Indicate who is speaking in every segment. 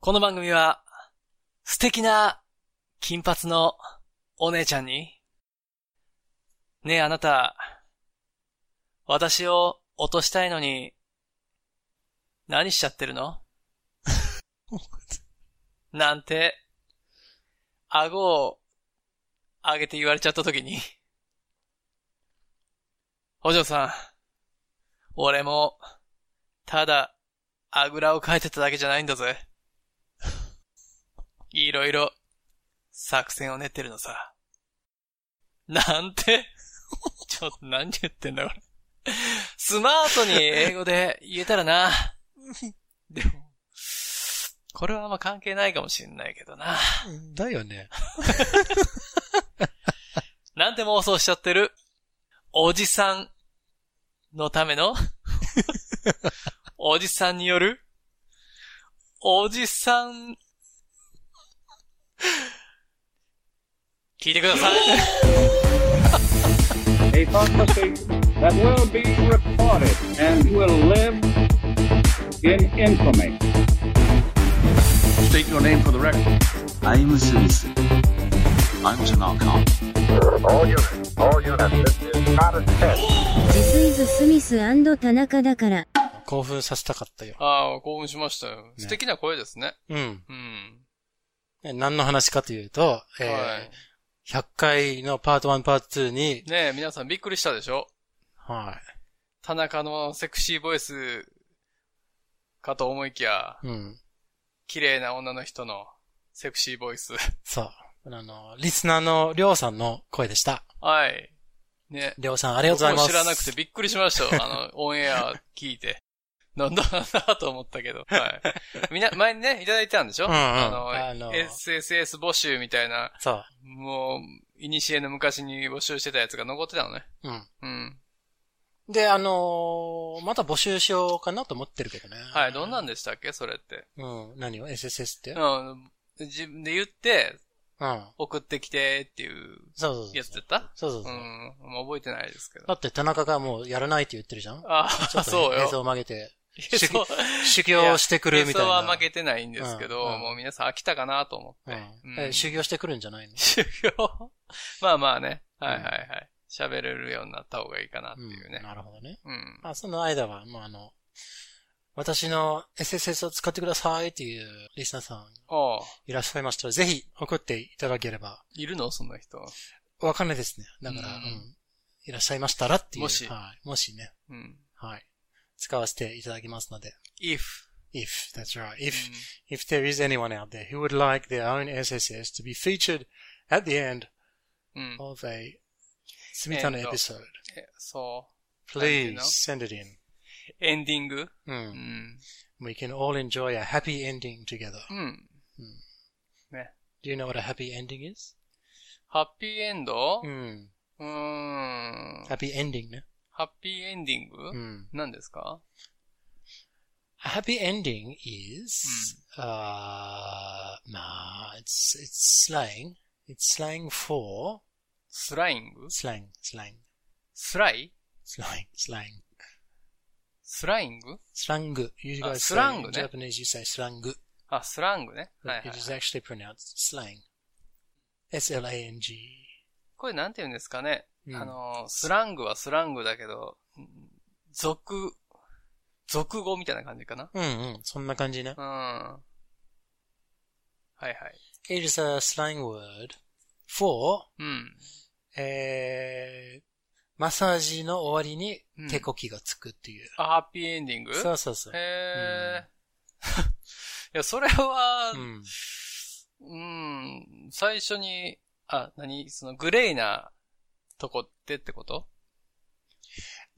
Speaker 1: この番組は、素敵な金髪のお姉ちゃんに、ねえあなた、私を落としたいのに、何しちゃってるのなんて、顎を上げて言われちゃった時に、お嬢さん、俺も、ただ、あぐらをかいてただけじゃないんだぜ。いろいろ、作戦を練ってるのさ。なんて、 ちょっと何言ってんだ俺。スマートに英語で言えたらな。でも、これはあんま関係ないかもしんないけどな。
Speaker 2: だよね。
Speaker 1: なんて妄想しちゃってるおじさんのため のおじさんによるおじさん。聞いてください。
Speaker 3: a prophecy that will be recorded and will live in infamy.
Speaker 4: State your name for the record.
Speaker 5: I'm a citizen. I'm Tanaka.
Speaker 6: All units, all units, this is not a test.
Speaker 7: ジスイズ・スミス田中だから。
Speaker 2: 興奮させたかったよ。
Speaker 1: ああ、興奮しましたよ。素敵な声ですね。
Speaker 2: うん。
Speaker 1: うん。
Speaker 2: え何の話かというと、えー
Speaker 1: はい。
Speaker 2: 100回のパート1、パート2に、
Speaker 1: ねえ、皆さんびっくりしたでしょ
Speaker 2: は
Speaker 1: 田中のセクシーボイスかと思いきや、
Speaker 2: い。うん。
Speaker 1: 綺麗な女の人のセクシーボイス。
Speaker 2: そう。あの、リスナーのりょうさんの声でした。
Speaker 1: はい。ね。
Speaker 2: りょうさん、ありがとうございます。
Speaker 1: 僕も知らなくてびっくりしましたよ。 あの、オンエア聞いて。なんだなんだと思ったけど。はい。みんな、前にね、いただいてたんでしょ
Speaker 2: うんうん
Speaker 1: あの、
Speaker 2: あの
Speaker 1: SSS 募集みたいな、
Speaker 2: そう。
Speaker 1: もう、いにしえの昔に募集してたやつが残ってたのね。
Speaker 2: うん。
Speaker 1: うん。
Speaker 2: で、あのーまた募集しようかなと思ってるけどね。
Speaker 1: はい、どんなんでしたっけそれって。
Speaker 2: うん。何を ?SSS って、
Speaker 1: う
Speaker 2: うん、
Speaker 1: ん。自分で言って、送ってきてっていう
Speaker 2: そうそうそう。
Speaker 1: やつだった
Speaker 2: そうそう
Speaker 1: う
Speaker 2: そう。
Speaker 1: ん。もう覚えてないですけど。
Speaker 2: だって田中がもうやらないって言ってるじゃん
Speaker 1: あ
Speaker 2: ちょ
Speaker 1: あ、
Speaker 2: っと
Speaker 1: そう
Speaker 2: ね映像
Speaker 1: よ。
Speaker 2: を曲げて、
Speaker 1: へそ
Speaker 2: 修行してくるみたいな。
Speaker 1: へそは負けてないんですけど、
Speaker 2: うんうん
Speaker 1: もう皆さん飽きたかなと思って。
Speaker 2: うんえ修行してくるんじゃないの
Speaker 1: 修行まあまあね。はいはいはい。喋れるようになった方がいいかなっていうね
Speaker 2: ん。なるほどね。
Speaker 1: うん。
Speaker 2: まあ、その間は、もうあの、私の SSS を使ってくださいっていうリスナーさん
Speaker 1: ああ、
Speaker 2: いらっしゃいましたら、ぜひ送っていただければ、
Speaker 1: いるのそんな人。
Speaker 2: わかんないですね。だから、
Speaker 1: うん
Speaker 2: うんいらっしゃいましたらっていう。
Speaker 1: もし
Speaker 2: はい。もしね。
Speaker 1: うん。
Speaker 2: はい。使わせていただきますので。
Speaker 1: if.
Speaker 2: If, that's right. If, if there is anyone out there who would like their own SSS to be featured at the end
Speaker 1: うん。うん
Speaker 2: of a Sumitana
Speaker 1: End of.
Speaker 2: episode,
Speaker 1: えそ
Speaker 2: please
Speaker 1: End, no?
Speaker 2: send it in.
Speaker 1: う。エンディングう
Speaker 2: Mm.
Speaker 1: ん。
Speaker 2: We can all enjoy a happy ending together.
Speaker 1: うん。
Speaker 2: Do you know what a happy ending is?
Speaker 1: ハッピーエンド
Speaker 2: Mm.
Speaker 1: うーん。
Speaker 2: Happy ending, no?
Speaker 1: ハッピーエンディング
Speaker 2: Mm.
Speaker 1: 何ですか
Speaker 2: A happy ending is, uh, nah, it's, it's slang. It's slang for,
Speaker 1: スライング
Speaker 2: slang, slang,
Speaker 1: スライ
Speaker 2: slang, slang.
Speaker 1: スライング
Speaker 2: Slang. You
Speaker 1: Ah,
Speaker 2: guys say,
Speaker 1: slang,
Speaker 2: in
Speaker 1: ne?
Speaker 2: Japanese, you say slang,
Speaker 1: あ、スラングね。
Speaker 2: but
Speaker 1: はいはい
Speaker 2: it is actually pronounced slang. S-L-A-N-G.
Speaker 1: これなんて言うんですかね、
Speaker 2: うん
Speaker 1: あの、スラングはスラングだけど、うん俗、俗語みたいな感じかな
Speaker 2: Hmm, うんうん。そんな感じね。
Speaker 1: うん。はいはい。
Speaker 2: It is a slang word for
Speaker 1: うん。
Speaker 2: えー、マッサージの終わりに手こきがつくっていう。
Speaker 1: あ、ハッピーエンディング
Speaker 2: そうそうそう。
Speaker 1: へえ。 いや、それは
Speaker 2: う、ん。
Speaker 1: うん、最初に、あ、何その、グレーなとこってってこと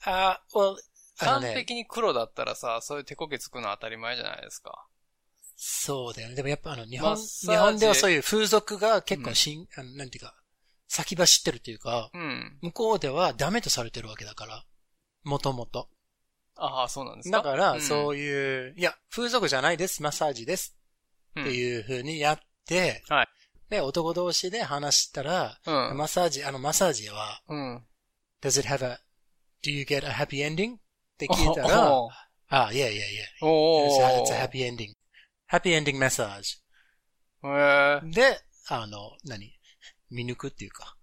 Speaker 2: あ、well, あの
Speaker 1: 完
Speaker 2: ね、
Speaker 1: 璧に黒だったらさ、そういう手こけつくのは当たり前じゃないですか。
Speaker 2: そうだよね。でもやっぱあの、日
Speaker 1: マッ
Speaker 2: 本、
Speaker 1: サー
Speaker 2: 日
Speaker 1: ジ
Speaker 2: 本ではそういう風俗が結構しん、あのなんていうか、先走ってるというか、
Speaker 1: うん。
Speaker 2: 向こうではダメとされてるわけだから。もともと。
Speaker 1: ああ、そうなんですか
Speaker 2: だから、そうういう、いや、風俗じゃないです、マッサージです。
Speaker 1: い
Speaker 2: っていう風にやって、
Speaker 1: うんはい
Speaker 2: で、男同士で話したら、
Speaker 1: うん。
Speaker 2: マッサージ、あの、マッサージは、
Speaker 1: うん。
Speaker 2: Does it have a, do you get a happy ending? って聞いたら、
Speaker 1: お
Speaker 2: あ、いやいやいや、
Speaker 1: お
Speaker 2: it's a, it's a
Speaker 1: ー
Speaker 2: happy ending. happy ending message.
Speaker 1: へえ。
Speaker 2: で、あの、何見抜くっていうか。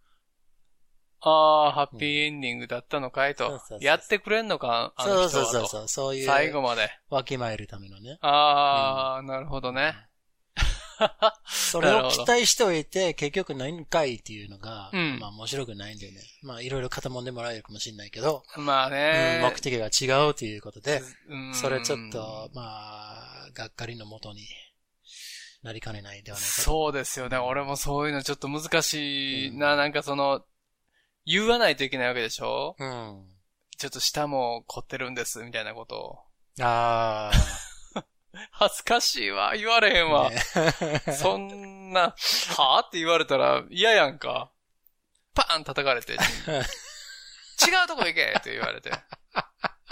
Speaker 1: ああ、ハッピーエンディングだったのかい
Speaker 2: そ
Speaker 1: と
Speaker 2: うそうそう。
Speaker 1: やってくれんのか、あ
Speaker 2: そ
Speaker 1: の
Speaker 2: う
Speaker 1: 人
Speaker 2: そう
Speaker 1: は
Speaker 2: そう
Speaker 1: と。
Speaker 2: そう。そういう、
Speaker 1: 最後まで。
Speaker 2: わきまえるためのね。
Speaker 1: ああ、なるほどね。
Speaker 2: それ
Speaker 1: なる
Speaker 2: を
Speaker 1: ほ
Speaker 2: 期
Speaker 1: ど
Speaker 2: 待しておいて、結局何回っていうのが、
Speaker 1: うん
Speaker 2: まあ面白くないんだよね。まあいろいろ肩もんでもらえるかもしれないけど、
Speaker 1: まあね。
Speaker 2: うん目的が違うということで、
Speaker 1: うん
Speaker 2: それちょっと、まあ、がっかりのもとになりかねないんではないかと。
Speaker 1: そうですよね。俺もそういうのちょっと難しいな。なんかその、言わないといけないわけでしょ
Speaker 2: うん。
Speaker 1: ちょっと舌も凝ってるんです、みたいなことを。
Speaker 2: あ
Speaker 1: 恥ずかしいわ、言われへん
Speaker 2: あ。
Speaker 1: わ。
Speaker 2: ね
Speaker 1: そんな、はぁって言われたら嫌やんか。パーン叩かれ て。違うとこ行けって言われて。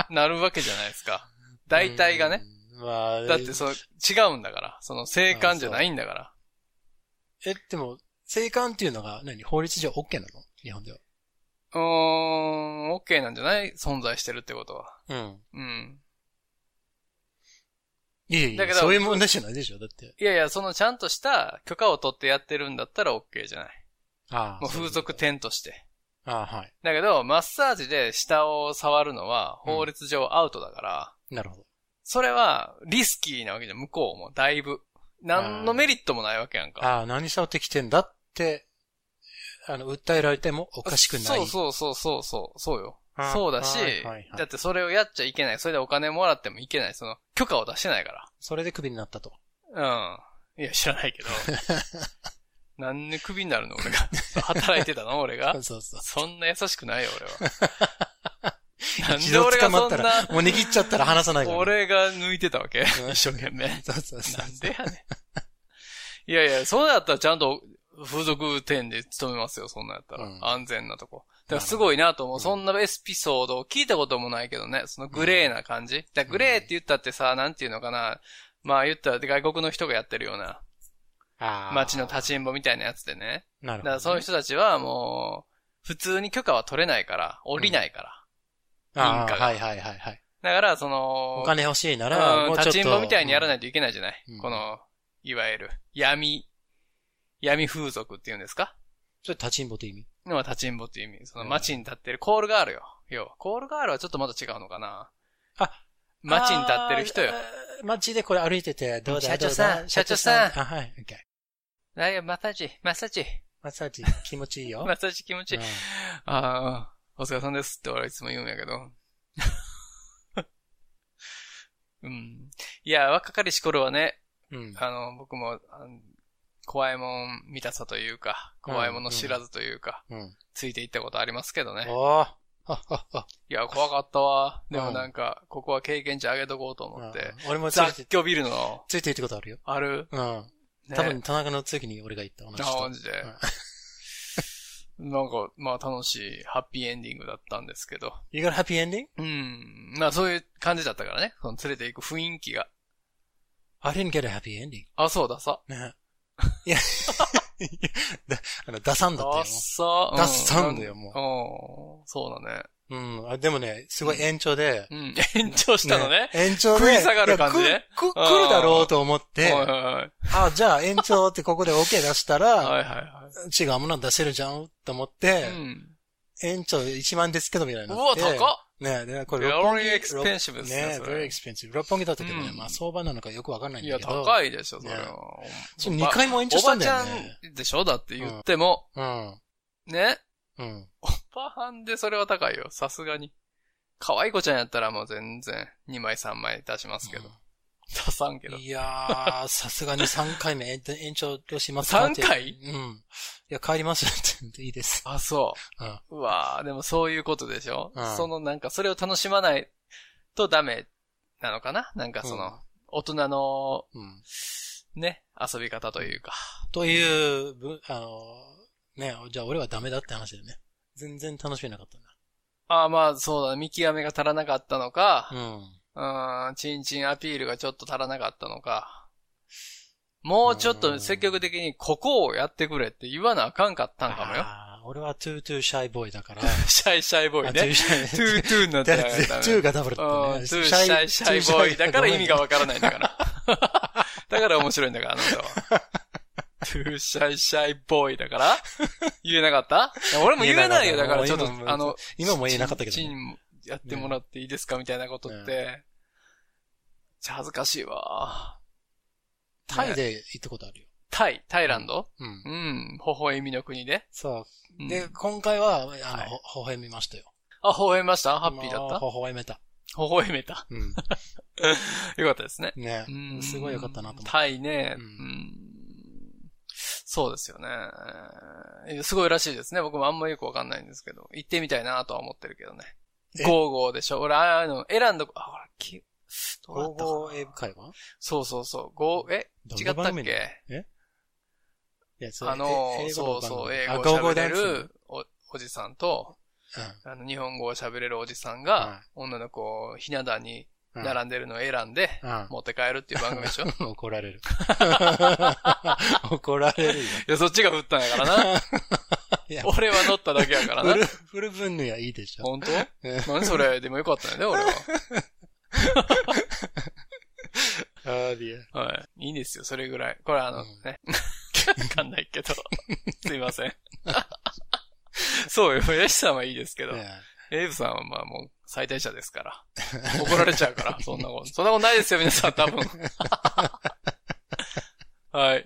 Speaker 1: なるわけじゃないですか。大体がね。
Speaker 2: うん。まあ、
Speaker 1: だってそう、違うんだから。その、生還じゃないんだから。
Speaker 2: え、でも、生還っていうのが何法律上 OK なの日本では。
Speaker 1: うーん、OK なんじゃない存在してるってことは。
Speaker 2: うん。
Speaker 1: うん。
Speaker 2: いやい
Speaker 1: だけ
Speaker 2: や、
Speaker 1: ど
Speaker 2: そういう問題じゃないでしょだって。
Speaker 1: いやいや、そのちゃんとした許可を取ってやってるんだったら OK じゃない。
Speaker 2: あ
Speaker 1: もう風俗。店として。
Speaker 2: ああ、はい。
Speaker 1: だけど、マッサージで舌を触るのは法律上アウトだから、
Speaker 2: なるほど。
Speaker 1: それはリスキーなわけじゃん、向こうも。だいぶ。何のメリットもないわけやんか。
Speaker 2: ああ、何触ってきてんだって、あの、訴えられてもおかしくない。
Speaker 1: そう
Speaker 2: う。
Speaker 1: そうそうそうそう、そうよ
Speaker 2: あ。
Speaker 1: そうだし
Speaker 2: はいはいはい、
Speaker 1: だってそれをやっちゃいけない。それでお金もらってもいけない。その、許可を出してないから。
Speaker 2: それでクビになったと。
Speaker 1: うん。いや、知らないけど。 なんでクビになるの俺が。働いてたの俺が
Speaker 2: そ。うそうそう。
Speaker 1: そんな優しくないよ、俺は。なん
Speaker 2: 一
Speaker 1: で
Speaker 2: 度
Speaker 1: 俺が
Speaker 2: 捕ま
Speaker 1: そ
Speaker 2: っ
Speaker 1: ん
Speaker 2: た
Speaker 1: な、
Speaker 2: ら、もう握っちゃったら離 さないからね。
Speaker 1: 俺が抜いてたわけ
Speaker 2: うん
Speaker 1: 一生懸命。
Speaker 2: そうそうそう。
Speaker 1: なんでやねん。いやいや、そうなったらちゃんと風俗店で勤めますよ、そんなんやったら。
Speaker 2: うん
Speaker 1: 安全なとこ。だからすごいなと思う。そんなエピソードを聞いたこともないけどね。そのグレーな感じ。だからグレーって言ったってさ、なんていうのかな。まあ言ったら外国の人がやってるような
Speaker 2: ああ
Speaker 1: 街の立ちんぼみたいなやつでね。
Speaker 2: な
Speaker 1: だ
Speaker 2: るほ
Speaker 1: か
Speaker 2: ど
Speaker 1: らその人たちはもう、普通に許可は取れないから、降りないから。
Speaker 2: あ
Speaker 1: 民家
Speaker 2: あ、
Speaker 1: が
Speaker 2: はいはいはいはい。
Speaker 1: だから、その、
Speaker 2: お金欲しいな
Speaker 1: う
Speaker 2: ら、
Speaker 1: ん
Speaker 2: もうちょっと。。
Speaker 1: 立ちんぼみたいにやらないいといけないじゃない、
Speaker 2: うん
Speaker 1: この、いわゆる、闇、闇風俗っていうんですか
Speaker 2: それ立ちんぼって意味
Speaker 1: のは立ちんぼっていう意味。その街に立ってるコールガールよ。要は、コールガールはちょっとまた違うのかな
Speaker 2: あ、
Speaker 1: 街に立ってる人よ
Speaker 2: あ。ー。街でこれ歩いてて、どうだ
Speaker 1: 社長さん
Speaker 2: どうだ
Speaker 1: 社長さん
Speaker 2: あ、はい、オッケー。
Speaker 1: だいぶマッサージ、マッサージ、
Speaker 2: マッサージ気持ちいいよ。
Speaker 1: マッサージ気持ちいい。
Speaker 2: うん
Speaker 1: ああ、お疲れさんですって俺はいつも言うんやけど。 うん。いや、若かりし頃はね、
Speaker 2: うん。
Speaker 1: あの、僕も、あの怖いもん見たさというか、怖いもの知らずというか、
Speaker 2: うん。
Speaker 1: ついていったことありますけどね。
Speaker 2: おーあああ
Speaker 1: いや、怖かったわ。で
Speaker 2: う
Speaker 1: も
Speaker 2: ん
Speaker 1: なんか、ここは経験値上げとこうと思っ
Speaker 2: う
Speaker 1: て。
Speaker 2: ん俺もつい
Speaker 1: 雑
Speaker 2: て、
Speaker 1: 居ビルの、
Speaker 2: ついて行ったことあるよ。
Speaker 1: ある、
Speaker 2: うん。
Speaker 1: ね、
Speaker 2: 多分、田中の次に俺が行った同じ
Speaker 1: あ
Speaker 2: 人
Speaker 1: マジで。なんか、まあ楽しい、ハッピーエンディングだったんですけど。
Speaker 2: You got a happy ending?
Speaker 1: うん。まあそういう感じだったからね。その連れて行く雰囲気が。
Speaker 2: I didn't get a happy ending.
Speaker 1: あ、そうださ。
Speaker 2: ね。いや、だあの、ダサンだった
Speaker 1: ダ
Speaker 2: よ
Speaker 1: ッ。サ
Speaker 2: ダッサなんだよも
Speaker 1: う。うん。そうだね。
Speaker 2: うん。あでもね、すごい延長で。
Speaker 1: うん。 延長したのね。
Speaker 2: 延長で。
Speaker 1: 食い下がる感じね
Speaker 2: いやくく来るだろうと思って、
Speaker 1: はいはいはい。
Speaker 2: あ、じゃあ延長ってここで OK 出し
Speaker 1: は
Speaker 2: たら、
Speaker 1: いは
Speaker 2: 違うもの出せるじゃんと思っ
Speaker 1: い
Speaker 2: て
Speaker 1: はい。う、ん。
Speaker 2: 延長1万ですけどみたいにな
Speaker 1: う
Speaker 2: っ
Speaker 1: わ、
Speaker 2: て。
Speaker 1: 高っ
Speaker 2: ねで、これ
Speaker 1: Very
Speaker 2: 六本木。
Speaker 1: expensive ですね
Speaker 2: ね
Speaker 1: そ
Speaker 2: very
Speaker 1: れ
Speaker 2: expensive. 六本木だったけどね
Speaker 1: う、ん
Speaker 2: まあ相場なのかよくわかんないん
Speaker 1: い
Speaker 2: だ
Speaker 1: や、
Speaker 2: けど。
Speaker 1: 高いでしょ、それ
Speaker 2: ね
Speaker 1: は。
Speaker 2: そう二回も延長したんだよね
Speaker 1: おばちゃんでしょだって言っても、
Speaker 2: うん。
Speaker 1: ね。
Speaker 2: うん。
Speaker 1: おばはんでそれは高いよ、さすがに。可愛い子ちゃんやったらもう全然、2枚3枚出しますけど。出さんけど。
Speaker 2: いやー、さすがに3回目延延長どうしますか
Speaker 1: 3回
Speaker 2: ってうん。いや、帰ります って言っていいです。
Speaker 1: あ、そう
Speaker 2: うん。
Speaker 1: うわーでもそういうことでしょ
Speaker 2: うん
Speaker 1: そのなんか、それを楽しまないとダメなのかななんかそ
Speaker 2: うん
Speaker 1: の、大人の、
Speaker 2: うん。
Speaker 1: ね、遊び方というか。
Speaker 2: という、ぶあの、ね、じゃあ俺はダメだって話だよね。全然楽しめなかった
Speaker 1: ああ、まあそうだね、見極めが足らなかったのか、
Speaker 2: な。
Speaker 1: うーん、チンチンアピールがちょっと足らなかったのか。もうちょっと積極的にここをやってくれって言わなあかんかったんかもよ。
Speaker 2: あー俺はトゥートゥーシャイボーイだから。
Speaker 1: シャイシャイボーイ
Speaker 2: あトゥ
Speaker 1: ね。
Speaker 2: ーシャ イ
Speaker 1: トゥートゥーになった
Speaker 2: だ
Speaker 1: ら
Speaker 2: ト
Speaker 1: ダメ
Speaker 2: ゥーがダブルだった
Speaker 1: う
Speaker 2: ね。
Speaker 1: んトゥーシャイシャイボーイだから意味がわからないんだから。だから面白いんだから、あの人は。 トゥーシャイシャイボーイだから言えなかったいや俺も言えないよ。
Speaker 2: 言
Speaker 1: だ
Speaker 2: え
Speaker 1: か
Speaker 2: なかった
Speaker 1: らちょっと
Speaker 2: もう今、も
Speaker 1: あの、
Speaker 2: 今も言えなかったけどね
Speaker 1: チンチンやってもらっていいですかみたいなことって。ちょ恥ずかしいわ。
Speaker 2: タイで行ったことあるよ。
Speaker 1: タイ、タイランド
Speaker 2: うん。
Speaker 1: うん。微笑みの国で。
Speaker 2: そうう。
Speaker 1: ん
Speaker 2: で、今回は、あの、
Speaker 1: はい
Speaker 2: ほ微笑みましたよ。
Speaker 1: あ、微笑みましたハッピーだっ
Speaker 2: まあ
Speaker 1: た
Speaker 2: ほ微笑めた。
Speaker 1: 微笑めた。
Speaker 2: うん。
Speaker 1: よかったですね。
Speaker 2: ね
Speaker 1: うん
Speaker 2: すごい良かったなと思って。
Speaker 1: タイね。
Speaker 2: うん
Speaker 1: うんそうですよね。えすごいらしいですね。僕もあんまよくわかんないんですけど。行ってみたいなとは思ってるけどね。
Speaker 2: え
Speaker 1: ゴーゴーでしょ。俺、ああいうの、選んだ、あ、ほら、き、どうだ
Speaker 2: ゴ
Speaker 1: っ
Speaker 2: ー
Speaker 1: たかな
Speaker 2: ゴー英会話
Speaker 1: そうそうそう。ゴー、え
Speaker 2: どん
Speaker 1: 違
Speaker 2: な
Speaker 1: った
Speaker 2: 番
Speaker 1: っ
Speaker 2: 組
Speaker 1: け
Speaker 2: いや、それ
Speaker 1: あの
Speaker 2: え、英語
Speaker 1: そ
Speaker 2: の
Speaker 1: う
Speaker 2: 番組
Speaker 1: そう、英語
Speaker 2: あ
Speaker 1: を
Speaker 2: ゴーゴー
Speaker 1: 喋れ
Speaker 2: ダンス
Speaker 1: るおおじさんと、あの、日本語を喋れるおじさんが
Speaker 2: は、
Speaker 1: 女の子をひな壇に
Speaker 2: うん。
Speaker 1: 並んでるのを選んで、
Speaker 2: うん
Speaker 1: 持って帰るっていう番組で しょい
Speaker 2: うん怒られる。怒ら れるよ。
Speaker 1: や、そっちが振ったんやから な。
Speaker 2: いや、
Speaker 1: 俺は乗っただけやから
Speaker 2: フル、
Speaker 1: な。
Speaker 2: フル分類はいいでしょ。
Speaker 1: 本当
Speaker 2: うん
Speaker 1: 何それでもよかったんやで、俺は。
Speaker 2: あーりゃ
Speaker 1: はい。いいんですよ、それぐらい。これあの、
Speaker 2: うん
Speaker 1: ね。わかんないけど。すいません。 そうよ、ヤシさんはいいですけど。
Speaker 2: ね
Speaker 1: エイブさんはまあもう最大者ですから。 怒られちゃう から、そんなこと。そんなことないですよ、皆さん、多分。 はい。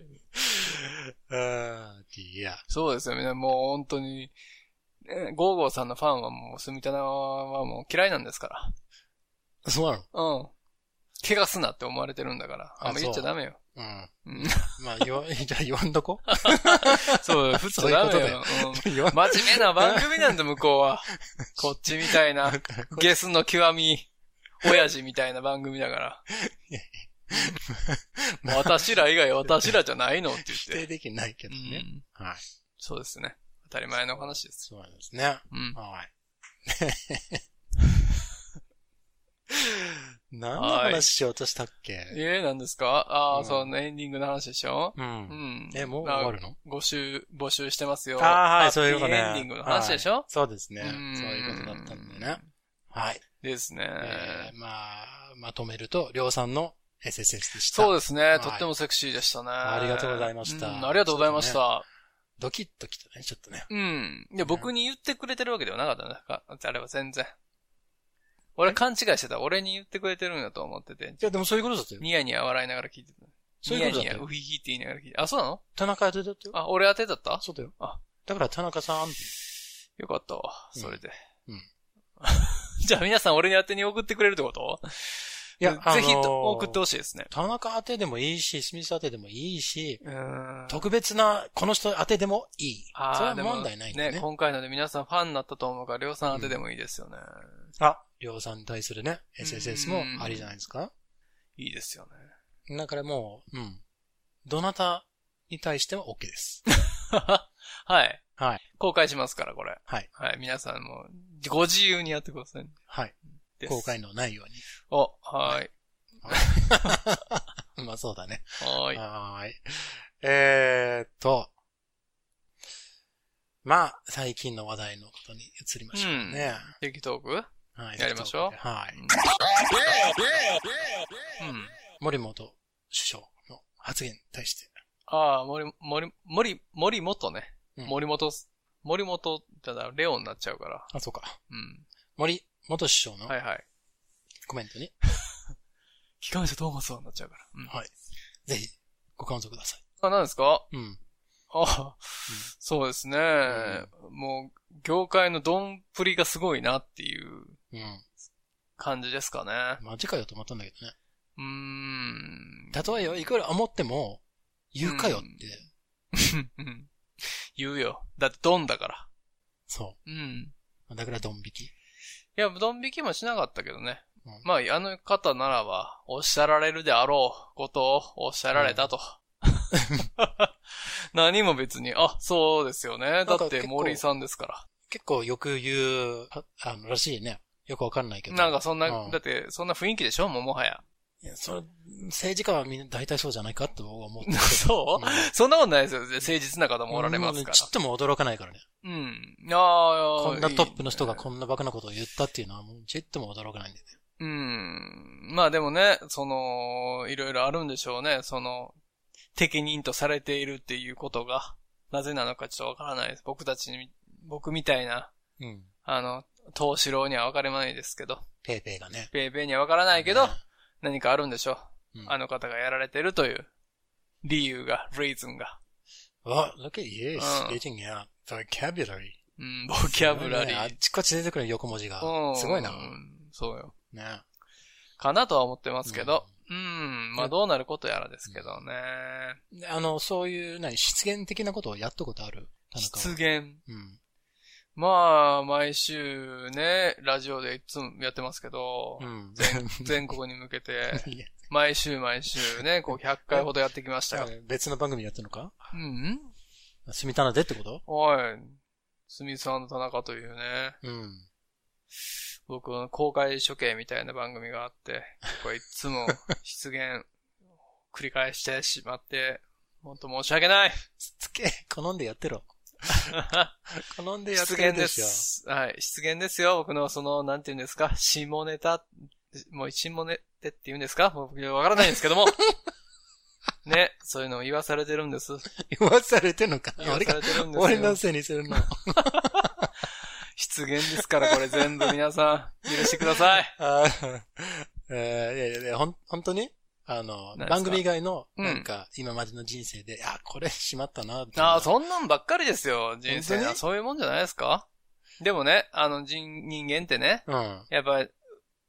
Speaker 2: あーりゃ
Speaker 1: そうですよね、もう本当に。ねゴーゴーさんのファンはもう、スミタナはもう嫌いなんですか
Speaker 2: そうなの
Speaker 1: ら。うん。怪我すなって思われてるんだから。あんま言っちゃダメよ。
Speaker 2: うん。
Speaker 1: うん
Speaker 2: まあ、言 わ、じゃあ言わんとこ
Speaker 1: そう、普通ダメ
Speaker 2: そういう
Speaker 1: よう
Speaker 2: ことだよ。
Speaker 1: ん
Speaker 2: 言わん
Speaker 1: 真面目な番組なんだ、向こうは。こっちみたいな、ゲスの極み、親父みたいな番組だ から。私ら以外私らじゃないのって
Speaker 2: 否
Speaker 1: 言っ
Speaker 2: 定
Speaker 1: て。
Speaker 2: できないけ
Speaker 1: う
Speaker 2: どね。
Speaker 1: ん、
Speaker 2: はい。
Speaker 1: そうですね。当たり前の話です。
Speaker 2: そうなんですね。
Speaker 1: うん。
Speaker 2: はい。何の話しようとしたっけ
Speaker 1: えー、何ですかああ、
Speaker 2: うん
Speaker 1: そうね、エンディングの話でしょ
Speaker 2: う。
Speaker 1: うんん。
Speaker 2: え、もう終わるの
Speaker 1: 募集、募集してますよ。
Speaker 2: ああ、
Speaker 1: ハ
Speaker 2: はい、
Speaker 1: ッピ
Speaker 2: そういうことね。
Speaker 1: エンディングの話でしょ、
Speaker 2: はいそうですね。
Speaker 1: うん
Speaker 2: そういうことだったんだよね。はい。
Speaker 1: ですね、
Speaker 2: えーまあ、まとめると、りょうさんの SSS でした。
Speaker 1: そう
Speaker 2: う
Speaker 1: ですね、
Speaker 2: はい
Speaker 1: とってもセクシーでしたね。
Speaker 2: ありがとうございました
Speaker 1: うんありがとうございまし
Speaker 2: ち
Speaker 1: た。
Speaker 2: ドキッときたね、ちょっとね。
Speaker 1: うん。いや、僕に言ってくれてるわけではなかったねか。あれは全然。俺勘違いしてた。俺に言ってくれてるんだと思ってて。
Speaker 2: いや、でもそういうことだったよ。
Speaker 1: ニヤニヤ笑いながら聞いてた。
Speaker 2: そういうことだ
Speaker 1: ニ
Speaker 2: っ
Speaker 1: ヤ
Speaker 2: た
Speaker 1: ニヤ、ウ
Speaker 2: よ。
Speaker 1: ヒヒって言いながら聞いてあ、そうなの
Speaker 2: 田中当てだったよ。
Speaker 1: あ、俺当てだった
Speaker 2: そうだよ。
Speaker 1: あ
Speaker 2: だから田中さんって、
Speaker 1: よかったわ。それで。
Speaker 2: うんうん
Speaker 1: じゃあ皆さん俺に当てに送ってくれるってこと
Speaker 2: いやあ
Speaker 1: ぜ
Speaker 2: のー
Speaker 1: ひと送ってほしいですね。
Speaker 2: 田中当てでもいいし、スミス当てでもいいし、
Speaker 1: うーん。
Speaker 2: 特別な、この人当てでもいい。それは
Speaker 1: でも
Speaker 2: 問題ないんだよね。
Speaker 1: 今回ので皆さんファンになったと思うから、りょうさん当てでもいいですよね。
Speaker 2: あ、りょうさんに対するね、SSS も
Speaker 1: うん
Speaker 2: ありじゃないですか。
Speaker 1: いいですよね。
Speaker 2: だからもう、うん。どなたに対しても OK です。
Speaker 1: はい。
Speaker 2: はい。
Speaker 1: 公開しますから、これ。
Speaker 2: はい。
Speaker 1: はい。皆さんも、ご自由にやってください。
Speaker 2: はい。
Speaker 1: です
Speaker 2: 後悔のないよう に。
Speaker 1: お、はい。
Speaker 2: まあそうだね。
Speaker 1: はい。
Speaker 2: はーい。えーっと。まあ、最近の話題のことに移りましょうね。
Speaker 1: テキトークう
Speaker 2: はい。
Speaker 1: やりましょう
Speaker 2: はい。
Speaker 1: ん。
Speaker 2: 森本首相の発言に対して。
Speaker 1: ああ、森、森、森、森本ね。
Speaker 2: うん
Speaker 1: 森本、森本、ただ、レオンになっちゃうから。
Speaker 2: あ、そうか。
Speaker 1: うん。
Speaker 2: 森元首相
Speaker 1: は
Speaker 2: の
Speaker 1: いはい。
Speaker 2: コメントに、
Speaker 1: 機関車トーマスはになっちゃうから。うん。
Speaker 2: はいぜひご感想ください。
Speaker 1: あ、何ですか
Speaker 2: うん。
Speaker 1: ああ、そうですね。もう、業界のどんぷりがすごいなっていう
Speaker 2: うん。
Speaker 1: 感じですかね。
Speaker 2: マジかよと思ったんだけどね。
Speaker 1: うーん。
Speaker 2: 例えよ、いくら思っても、言うかよって。
Speaker 1: うん言うよ。だってドンだから。
Speaker 2: そ
Speaker 1: うん。
Speaker 2: う。だからドン引き。
Speaker 1: いや、ドン引きもしなかったけどね。
Speaker 2: うん
Speaker 1: まあ、あの方ならば、おっしゃられるであろうことをおっしゃられた と。何も別に、あ、そうですよね。だ
Speaker 2: か
Speaker 1: って
Speaker 2: 結構
Speaker 1: 森井さんですから。
Speaker 2: 結構よく言う、ああの、らしいね。よくわかんないけど。
Speaker 1: なんかそんな、
Speaker 2: う
Speaker 1: だってそんな雰囲気でしょもうもはや。
Speaker 2: いや、それ、政治家はみんな大体そうじゃないかって僕は思って る
Speaker 1: そう
Speaker 2: うん
Speaker 1: そんなことないですよ。誠実な方もおられますか
Speaker 2: ちっとも驚かないからね。
Speaker 1: ら。うん。ああ、
Speaker 2: こんなトップの人が
Speaker 1: いい
Speaker 2: こんなバカなことを言ったっていうのはもうちっとも驚かないんだよね。
Speaker 1: うん。まあでもね、その、いろいろあるんでしょうね。その、適任とされているっていうことが、なぜなのかちょっとわからないです。僕たちに、僕みたいな、
Speaker 2: うん。
Speaker 1: あの、東四郎にはわかれないですけど、
Speaker 2: ペーペーがね。
Speaker 1: ペーペーにはわからないけど、何かあるんでしょう。
Speaker 2: うん
Speaker 1: あの方がやられてるという、理由が、reason が。
Speaker 2: Oh, look at you
Speaker 1: うん
Speaker 2: spitting out vocabulary.
Speaker 1: うん、ボキャブラリ
Speaker 2: ねあっ
Speaker 1: ー。
Speaker 2: ちこっち出てくる横文字が
Speaker 1: う。ん
Speaker 2: すごいな。
Speaker 1: うんそうよ。
Speaker 2: ね。
Speaker 1: かなとは思ってますけど、うん、まあどうなることやらですけどね。
Speaker 2: であの、そういう、何、失言的なことをやったことある田中は
Speaker 1: 失言。
Speaker 2: うん。
Speaker 1: まあ、毎週ね、ラジオでいつもやってますけど、
Speaker 2: うん。
Speaker 1: 全国に向けて、
Speaker 2: いや
Speaker 1: 毎週毎週ね、こう100回ほどやってきましたよ。
Speaker 2: 別の番組やってるのか
Speaker 1: うんうん
Speaker 2: 住みたなでってこと
Speaker 1: おい、スミス田中というね、
Speaker 2: うん。
Speaker 1: 僕の公開処刑みたいな番組があって、これいつ も出現繰り返してしまって、本当申し訳ない
Speaker 2: つけ、好んでやってろ。好んでやっ
Speaker 1: 失
Speaker 2: てる
Speaker 1: 言
Speaker 2: で
Speaker 1: で
Speaker 2: し ょ。
Speaker 1: す。はい、失言ですよ。僕のその、なんて言うんですか、下ネタ、もう下ネタって言うんですかもう僕わからないんですけ ども。ね、そういうのを言わされてるんです。
Speaker 2: 言わされてるのか。
Speaker 1: 言わさ
Speaker 2: 俺
Speaker 1: れて
Speaker 2: が
Speaker 1: るんですよ。
Speaker 2: 俺のせいにするの。
Speaker 1: 失言ですから、これ全部皆さん、許してください。
Speaker 2: あーえーいやいやいや、ほん、本当にあの
Speaker 1: 何ですか、
Speaker 2: 番組以外の、
Speaker 1: うん
Speaker 2: なんか、今までの人生で、あ、これしまったな、
Speaker 1: ああ、
Speaker 2: う。
Speaker 1: そんなんばっかりですよ、人生
Speaker 2: 本当
Speaker 1: は。
Speaker 2: に
Speaker 1: そういうもんじゃないですかでもね、あの人、人間ってね、
Speaker 2: うん。
Speaker 1: やっぱ、い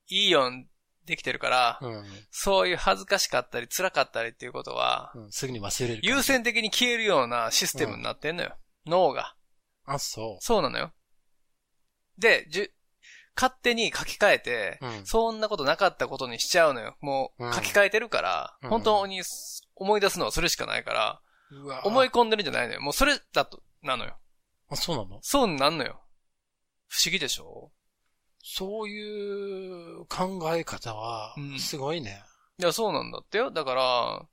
Speaker 1: いようにできてるから、
Speaker 2: うん。
Speaker 1: そういう恥ずかしかったり、辛かったりっていうことは、
Speaker 2: うん、すぐに忘れる。
Speaker 1: 優。先的に消えるようなシステムになってんのよ。脳が。
Speaker 2: あ、そ
Speaker 1: そうなのよ。で、じゅ、勝手に書き換えて、
Speaker 2: うん
Speaker 1: そんなことなかったことにしちゃうのよ。も
Speaker 2: うん
Speaker 1: う、書き換えてるから、
Speaker 2: うん
Speaker 1: 本当に思い出すのはそれしかないから、
Speaker 2: う。うわ
Speaker 1: 思い込んでるんじゃないのよ。もうそれだと、なのよ。
Speaker 2: あ、そうなの
Speaker 1: そうなんのよ。不思議でしょ
Speaker 2: そういう考え方は
Speaker 1: う、ん
Speaker 2: すごいね。
Speaker 1: いや、そうなんだってよ。だから、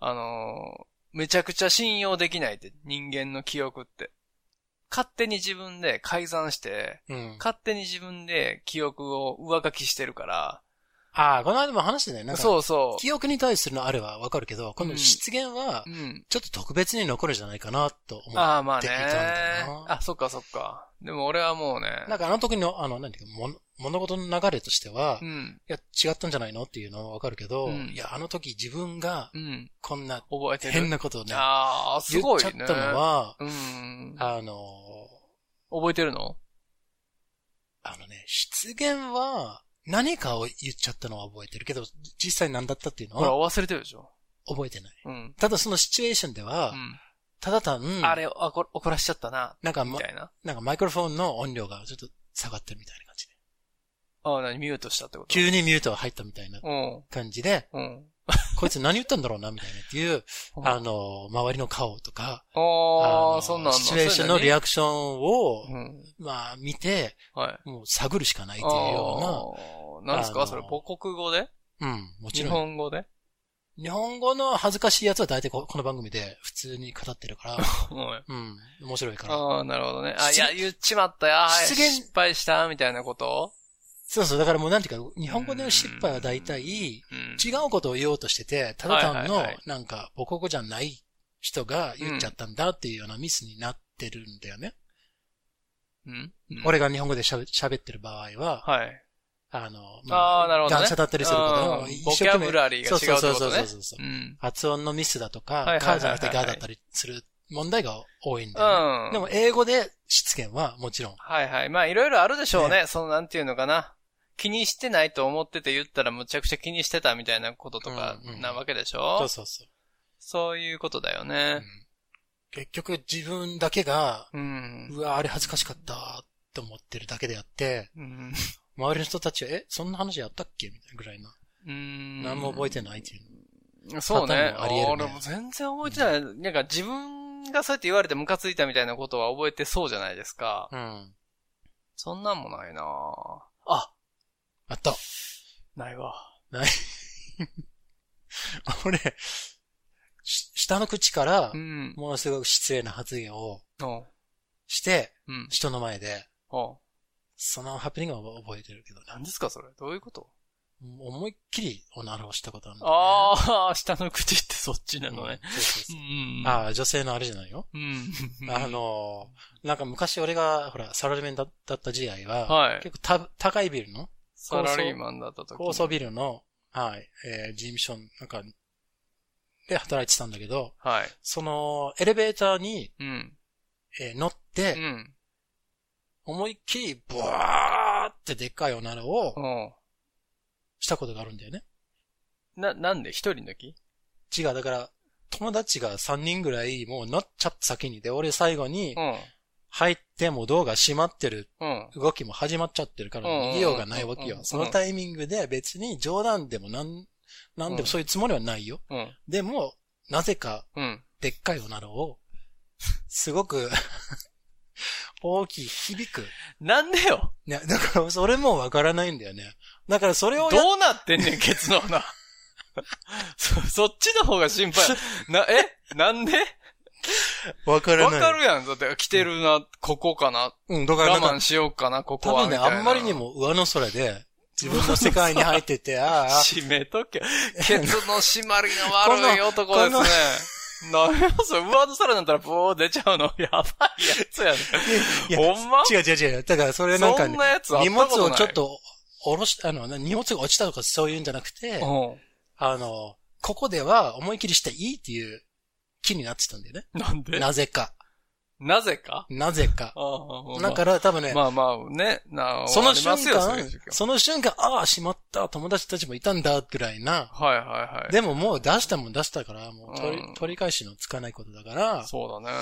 Speaker 1: あのーめちゃくちゃ信用できないって、人間の記憶って。勝手に自分で改ざんして、
Speaker 2: うん。
Speaker 1: 勝手に自分で記憶を上書きしてるから、
Speaker 2: ああ、この間も話してたよ。なんか、
Speaker 1: そうそ
Speaker 2: 記憶に対するのあれはわかるけど、こ
Speaker 1: う
Speaker 2: の
Speaker 1: ん
Speaker 2: 失言は
Speaker 1: う。う、ん。
Speaker 2: ちょっと特別に残るじゃないかな、と思う。
Speaker 1: ああ、まあ
Speaker 2: って
Speaker 1: ね
Speaker 2: みたんだよ。な
Speaker 1: あ、そっかそっか。でも俺はもうね。
Speaker 2: なんかあの時の、あの、何ていうか、もの物事の流れとしては、
Speaker 1: う
Speaker 2: い
Speaker 1: ん。
Speaker 2: や、違ったんじゃないのっていうのはわかるけど、
Speaker 1: うん
Speaker 2: いや、あの時自分が
Speaker 1: うん。
Speaker 2: こんな
Speaker 1: 覚えてる。
Speaker 2: 変なことをね、
Speaker 1: ああ、す
Speaker 2: 言
Speaker 1: ご
Speaker 2: っ
Speaker 1: い
Speaker 2: ちゃ
Speaker 1: ね。
Speaker 2: ったのは、
Speaker 1: うん。
Speaker 2: あの、
Speaker 1: 覚えてるの
Speaker 2: あのね、失言は何かを言っちゃったのは覚えてるけど、実際何だったっていうの
Speaker 1: ほら、
Speaker 2: は
Speaker 1: 忘れてるでしょ。
Speaker 2: 覚えてない。
Speaker 1: うん。
Speaker 2: ただそのシチュエーションでは、
Speaker 1: う
Speaker 2: ただ単に
Speaker 1: ん。あれ、あこ怒らしちゃったな、
Speaker 2: なんか、
Speaker 1: み
Speaker 2: ま
Speaker 1: たいな。
Speaker 2: なんかマイクロフォンの音量がちょっと下がってるみたいな感じで。
Speaker 1: ああ、何ミュートしたってこと
Speaker 2: 急にミュートが入ったみたいな
Speaker 1: うん。
Speaker 2: 感じで、
Speaker 1: うん。
Speaker 2: こいつ何言ったんだろうな、みたいなっていう、
Speaker 1: うん
Speaker 2: あの、周りの顔とか、
Speaker 1: あ
Speaker 2: の
Speaker 1: あ、そんなんあんの
Speaker 2: シチュエーションのリ
Speaker 1: ア
Speaker 2: アクションを、
Speaker 1: うん。
Speaker 2: まあ、見て、
Speaker 1: はい。
Speaker 2: もう探るしかないっていうよ
Speaker 1: ああ、なんです
Speaker 2: あ
Speaker 1: か
Speaker 2: の
Speaker 1: それ母国語で
Speaker 2: うな、うん、もち
Speaker 1: 日
Speaker 2: ろん。
Speaker 1: 本語で
Speaker 2: 日本語の恥ずかしいやつは大体ここの番組で普通に語って るから、
Speaker 1: うん。
Speaker 2: うん、面白いから。
Speaker 1: ああ、なるほどね。あ、い
Speaker 2: 失
Speaker 1: や、言っちまったや、はい
Speaker 2: 失言
Speaker 1: 失敗した、みたいなこと
Speaker 2: そうそう、だからもうなんていうか、日本語の失敗は大体、違
Speaker 1: うん。
Speaker 2: うことを言おうとしてて、ただ単
Speaker 1: はい
Speaker 2: の
Speaker 1: はいはい、
Speaker 2: なんか、母国語じゃない人が言っちゃったんだっていうようなミスになってるんだよね。
Speaker 1: うん。うん
Speaker 2: 俺が日本語で喋喋ってる場合は、
Speaker 1: はい。
Speaker 2: あの、
Speaker 1: あーなるほどね
Speaker 2: 段差だったりするから、
Speaker 1: うん
Speaker 2: 一生懸命
Speaker 1: ボキャブラリーが違うってことね
Speaker 2: そうそうそうそうそう。
Speaker 1: うん。
Speaker 2: 発音のミスだと
Speaker 1: いはいは
Speaker 2: か、
Speaker 1: いはい
Speaker 2: カーじゃなくてガーだったりする問題が多いん
Speaker 1: う
Speaker 2: だよね、
Speaker 1: ん。
Speaker 2: でも、英語で失言はもちろん。
Speaker 1: はいはい。まあ、いろいろあるでしょうね。その、なんていうのかな。気にしてないと思ってて言ったらむちゃくちゃ気にしてたみたいなこととか
Speaker 2: うんうん
Speaker 1: なわけでしょ、
Speaker 2: そうそうそう。
Speaker 1: そういうことだよね。
Speaker 2: 結局自分だけが、
Speaker 1: うん。
Speaker 2: うわ、あれ恥ずかしかったと思ってるだけであって、
Speaker 1: うん。
Speaker 2: 周りの人たちは、え、そんな話やったっけみたいなぐらいな。
Speaker 1: うん。
Speaker 2: 何も覚えてないっていうの。
Speaker 1: そうね。
Speaker 2: パターンもありえるね
Speaker 1: 俺も全然覚えてない。なんか自分がそうやって言われてムカついたみたいなことは覚えてそうじゃないですか。
Speaker 2: うん。
Speaker 1: そんなんもないなぁ
Speaker 2: ああった。
Speaker 1: ないわ。
Speaker 2: 俺、し下の口から
Speaker 1: う、ん。
Speaker 2: ものすごく失礼な発言を
Speaker 1: おう
Speaker 2: して、
Speaker 1: うん。
Speaker 2: 人の前で、
Speaker 1: おう
Speaker 2: そのハプニングは覚えてるけどね。
Speaker 1: 何ですかそれどういうこと
Speaker 2: 思いっきりおならをしたことあるんだよね、
Speaker 1: ああ、下の口ってそっちなのね。
Speaker 2: うんそうそ
Speaker 1: う。
Speaker 2: うそうんああ、女性のあれじゃないよ。
Speaker 1: うん。
Speaker 2: あのー、なんか昔俺が、ほら、サラリーマンだだった時代は、
Speaker 1: はい
Speaker 2: 結構た高いビルの、
Speaker 1: サラリーマンだった時。
Speaker 2: 高層ビルの、はい、えー事務所の中で働いてたんだけど、
Speaker 1: はい。
Speaker 2: その、エレベーターに、
Speaker 1: うん。
Speaker 2: えー乗っ
Speaker 1: う
Speaker 2: て、
Speaker 1: ん。
Speaker 2: 思いっきり、ブワーってでっかいおならを
Speaker 1: おう
Speaker 2: したことがあるんだよね。
Speaker 1: な、なんで一人の時
Speaker 2: 違う、だから、友達が3人ぐらい、もう乗っちゃった先に、で、俺最後に
Speaker 1: う、ん。
Speaker 2: 入ってもドアが閉まってる
Speaker 1: うん。
Speaker 2: 動きも始まっちゃってるから、
Speaker 1: うんうんうん
Speaker 2: 逃げようがないわけ
Speaker 1: う
Speaker 2: よ
Speaker 1: ん。
Speaker 2: そのタイミングで別に冗談でもなん、なん
Speaker 1: う
Speaker 2: で
Speaker 1: ん
Speaker 2: もそういうつもりはないよ。
Speaker 1: うん。
Speaker 2: でも、なぜか、
Speaker 1: うん。
Speaker 2: でっかいおならを、すごく、 大きい、響く。
Speaker 1: なんでよ
Speaker 2: ね、だから、それもわからないんだよね。だから、それをやっ
Speaker 1: どうなってんねん、ケツの穴。 そ、そっちの方が 心配。な、えなんで
Speaker 2: わから
Speaker 1: わ
Speaker 2: ない。
Speaker 1: かるやん。だって、来てるな、ここかな。
Speaker 2: うん、だからな
Speaker 1: 我
Speaker 2: んか
Speaker 1: 慢しようかな、ここ
Speaker 2: 多
Speaker 1: は。
Speaker 2: 分ね、
Speaker 1: みたいな
Speaker 2: あんまりに。も上の空で、自分の世界に入っ てて、ああ、
Speaker 1: 締めと け。ケツの締まりの悪い男です
Speaker 2: この
Speaker 1: ね。なんやそれ、上の皿になったらブー出ちゃうの。 やばいやつやね。
Speaker 2: いや
Speaker 1: ほんま
Speaker 2: 違う違う違う。だからそれなんか
Speaker 1: そ
Speaker 2: ね
Speaker 1: んなやつあっ
Speaker 2: 荷
Speaker 1: たことな
Speaker 2: 物
Speaker 1: い
Speaker 2: をちょっと下ろし、あの、な荷物が落ちたとかそういうんじゃなくて、
Speaker 1: う
Speaker 2: あの、ここでは思い切りしていいっていう気になってたんだよね。
Speaker 1: ん。なんでな
Speaker 2: なぜか。
Speaker 1: ぜか
Speaker 2: なぜか。
Speaker 1: ああ
Speaker 2: だから多分ね、
Speaker 1: まあまあね、な
Speaker 2: その瞬
Speaker 1: ありますよそうい
Speaker 2: 間
Speaker 1: う時、は
Speaker 2: その瞬間、ああ、しまった、友達たちもいたんだ、ぐらいな。
Speaker 1: はいはいはい。
Speaker 2: でももう出したもん出したから、もう取り,、
Speaker 1: うん
Speaker 2: 取り返しのつかないことだから、
Speaker 1: そうだ